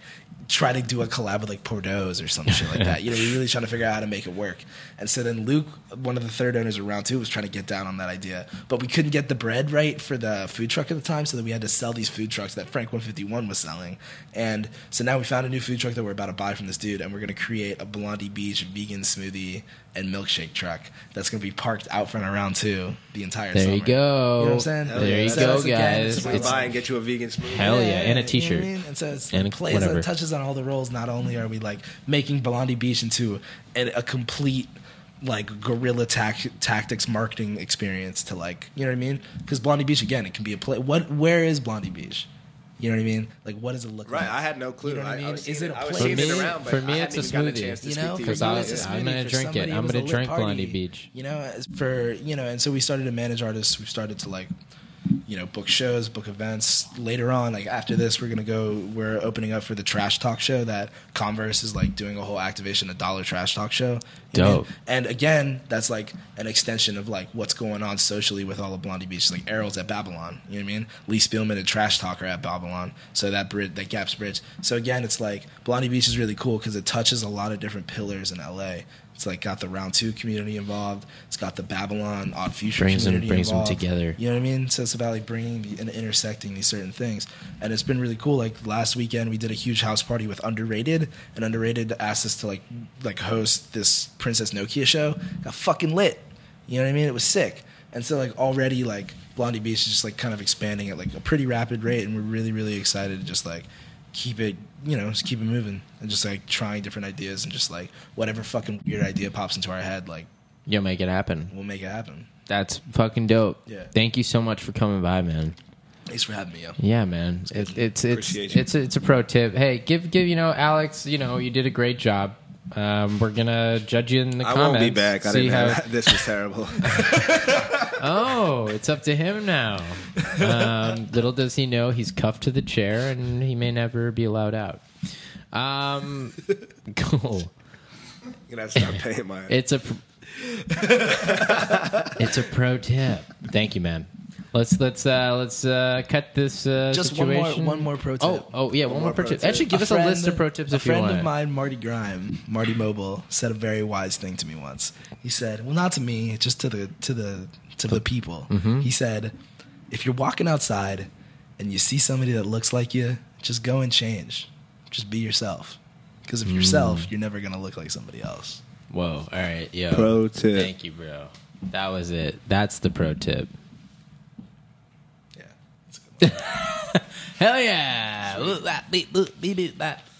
Speaker 2: try to do a collab with like Porto's or some shit like that. You know, we were really trying to figure out how to make it work. And so then Luke, one of the third owners of round two, was trying to get down on that idea, but we couldn't get the bread right for the food truck at the time. So then we had to sell these food trucks that Frank 151 was selling. And so now we found a new food truck that we're about to buy from this dude, and we're gonna create a Blondie Beach vegan smoothie and milkshake truck that's gonna be parked out front of round two the entire
Speaker 1: There
Speaker 2: summer.
Speaker 1: you go.
Speaker 2: You know what I'm saying?
Speaker 1: There you
Speaker 2: So
Speaker 1: go,
Speaker 2: that's again-
Speaker 1: guys.
Speaker 3: Swing
Speaker 1: It's-
Speaker 3: by and get you a vegan smoothie.
Speaker 4: Hell yeah, and a
Speaker 2: you know what I
Speaker 4: T-shirt.
Speaker 2: mean? And so it's
Speaker 4: And
Speaker 2: like
Speaker 4: a-
Speaker 2: plays that
Speaker 4: whatever.
Speaker 2: touches on all the roles. Not only are we like making Blondie Beach into a, a complete like guerrilla tac- tactics marketing experience to like you know what I mean? Because Blondie Beach again, it can be a play. What where is Blondie Beach? You know what I mean? Like what does it look
Speaker 3: Right,
Speaker 2: like?
Speaker 3: I had no clue.
Speaker 2: You know what I mean?
Speaker 3: was
Speaker 2: Is
Speaker 3: seeing
Speaker 2: it a
Speaker 3: I was
Speaker 2: place?
Speaker 3: seeing
Speaker 1: For
Speaker 3: it
Speaker 1: me-
Speaker 3: around, but
Speaker 1: for me,
Speaker 3: I
Speaker 1: it's a
Speaker 3: hadn't even gotten
Speaker 1: smoothie.
Speaker 3: chance to
Speaker 2: you
Speaker 3: speak
Speaker 2: know,
Speaker 3: to
Speaker 2: for
Speaker 1: Because
Speaker 2: you,
Speaker 1: I-
Speaker 2: it's a
Speaker 1: I'm
Speaker 2: smoothie.
Speaker 1: gonna
Speaker 2: For
Speaker 1: drink it.
Speaker 2: somebody,
Speaker 1: I'm
Speaker 2: was
Speaker 1: gonna
Speaker 2: a lit
Speaker 1: drink
Speaker 2: party,
Speaker 1: Blondie Beach.
Speaker 2: You know, as for you know, and so we started to manage artists. We started to like, you know, book shows, book events. Later on, like after this, we're gonna go. We're opening up for the Trash Talk show that Converse is like doing a whole activation, a dollar Trash Talk show. You know what I mean?
Speaker 4: Dope.
Speaker 2: And again, that's like an extension of like what's going on socially with all of Blondie Beach. Like Errol's at Babylon, you know what I mean? Lee Spielman and Trash Talker at Babylon. So that bridge, that gap's bridge. So again, it's like Blondie Beach is really cool because it touches a lot of different pillars in LA. It's like got the round two community involved. It's got the Babylon Odd Future
Speaker 4: Brings 'em-
Speaker 2: community
Speaker 4: brings 'em
Speaker 2: involved.
Speaker 4: together.
Speaker 2: You know what I mean? So it's about like bringing the, and intersecting these certain things, and it's been really cool. Like last weekend, we did a huge house party with Underrated, and Underrated asked us to like like host this Princess Nokia show. Got fucking lit. You know what I mean? It was sick. And so like already like Blondie Beach is just like kind of expanding at like a pretty rapid rate, and we're really really excited to just like keep it, you know, just keep it moving and just like trying different ideas and just like whatever fucking weird idea pops into our head, like
Speaker 1: You'll make it happen.
Speaker 2: we'll make it happen.
Speaker 1: That's fucking dope.
Speaker 2: Yeah.
Speaker 1: Thank you so much for coming by, man.
Speaker 2: Thanks for having me, yo.
Speaker 1: Yeah, man. It, it's it's
Speaker 3: Appreciate you.
Speaker 1: it's a, it's a pro tip. Hey, give give you know Alex. You know you did a great job. Um, we're gonna judge you in the
Speaker 3: I
Speaker 1: comments.
Speaker 3: won't be back. I
Speaker 1: See
Speaker 3: didn't
Speaker 1: how-
Speaker 3: have, this was terrible.
Speaker 1: Oh, it's up to him now. Um, little does he know he's cuffed to the chair and he may never be allowed out. Um, cool.
Speaker 3: You're gonna have to stop paying my
Speaker 1: It's a pr- it's a pro tip. Thank you, man. Let's let's uh, let's uh, cut this uh,
Speaker 2: Just one more-
Speaker 1: situation.
Speaker 2: one more pro tip.
Speaker 1: Oh, oh yeah, one, more, pro tip. Actually, give us
Speaker 2: friend-
Speaker 1: a list of pro tips
Speaker 2: A
Speaker 1: if you
Speaker 2: friend
Speaker 1: want.
Speaker 2: of mine, Marty Grime, Marty Mobile, said a very wise thing to me once. He said, "Well, not to me, just to the to the to the people."
Speaker 1: Mm-hmm.
Speaker 2: He said, "If you're walking outside and you see somebody that looks like you, just go and change. Just be yourself. Because if you're
Speaker 1: Mm.
Speaker 2: yourself, you're never gonna look like somebody else."
Speaker 1: Whoa! All right, yo.
Speaker 3: Pro tip.
Speaker 1: Thank you, bro. That was it. That's the pro tip.
Speaker 2: Yeah. That's a good one.
Speaker 1: Hell yeah! Boop, bop, ah, beep, boop, beep, beep, bop.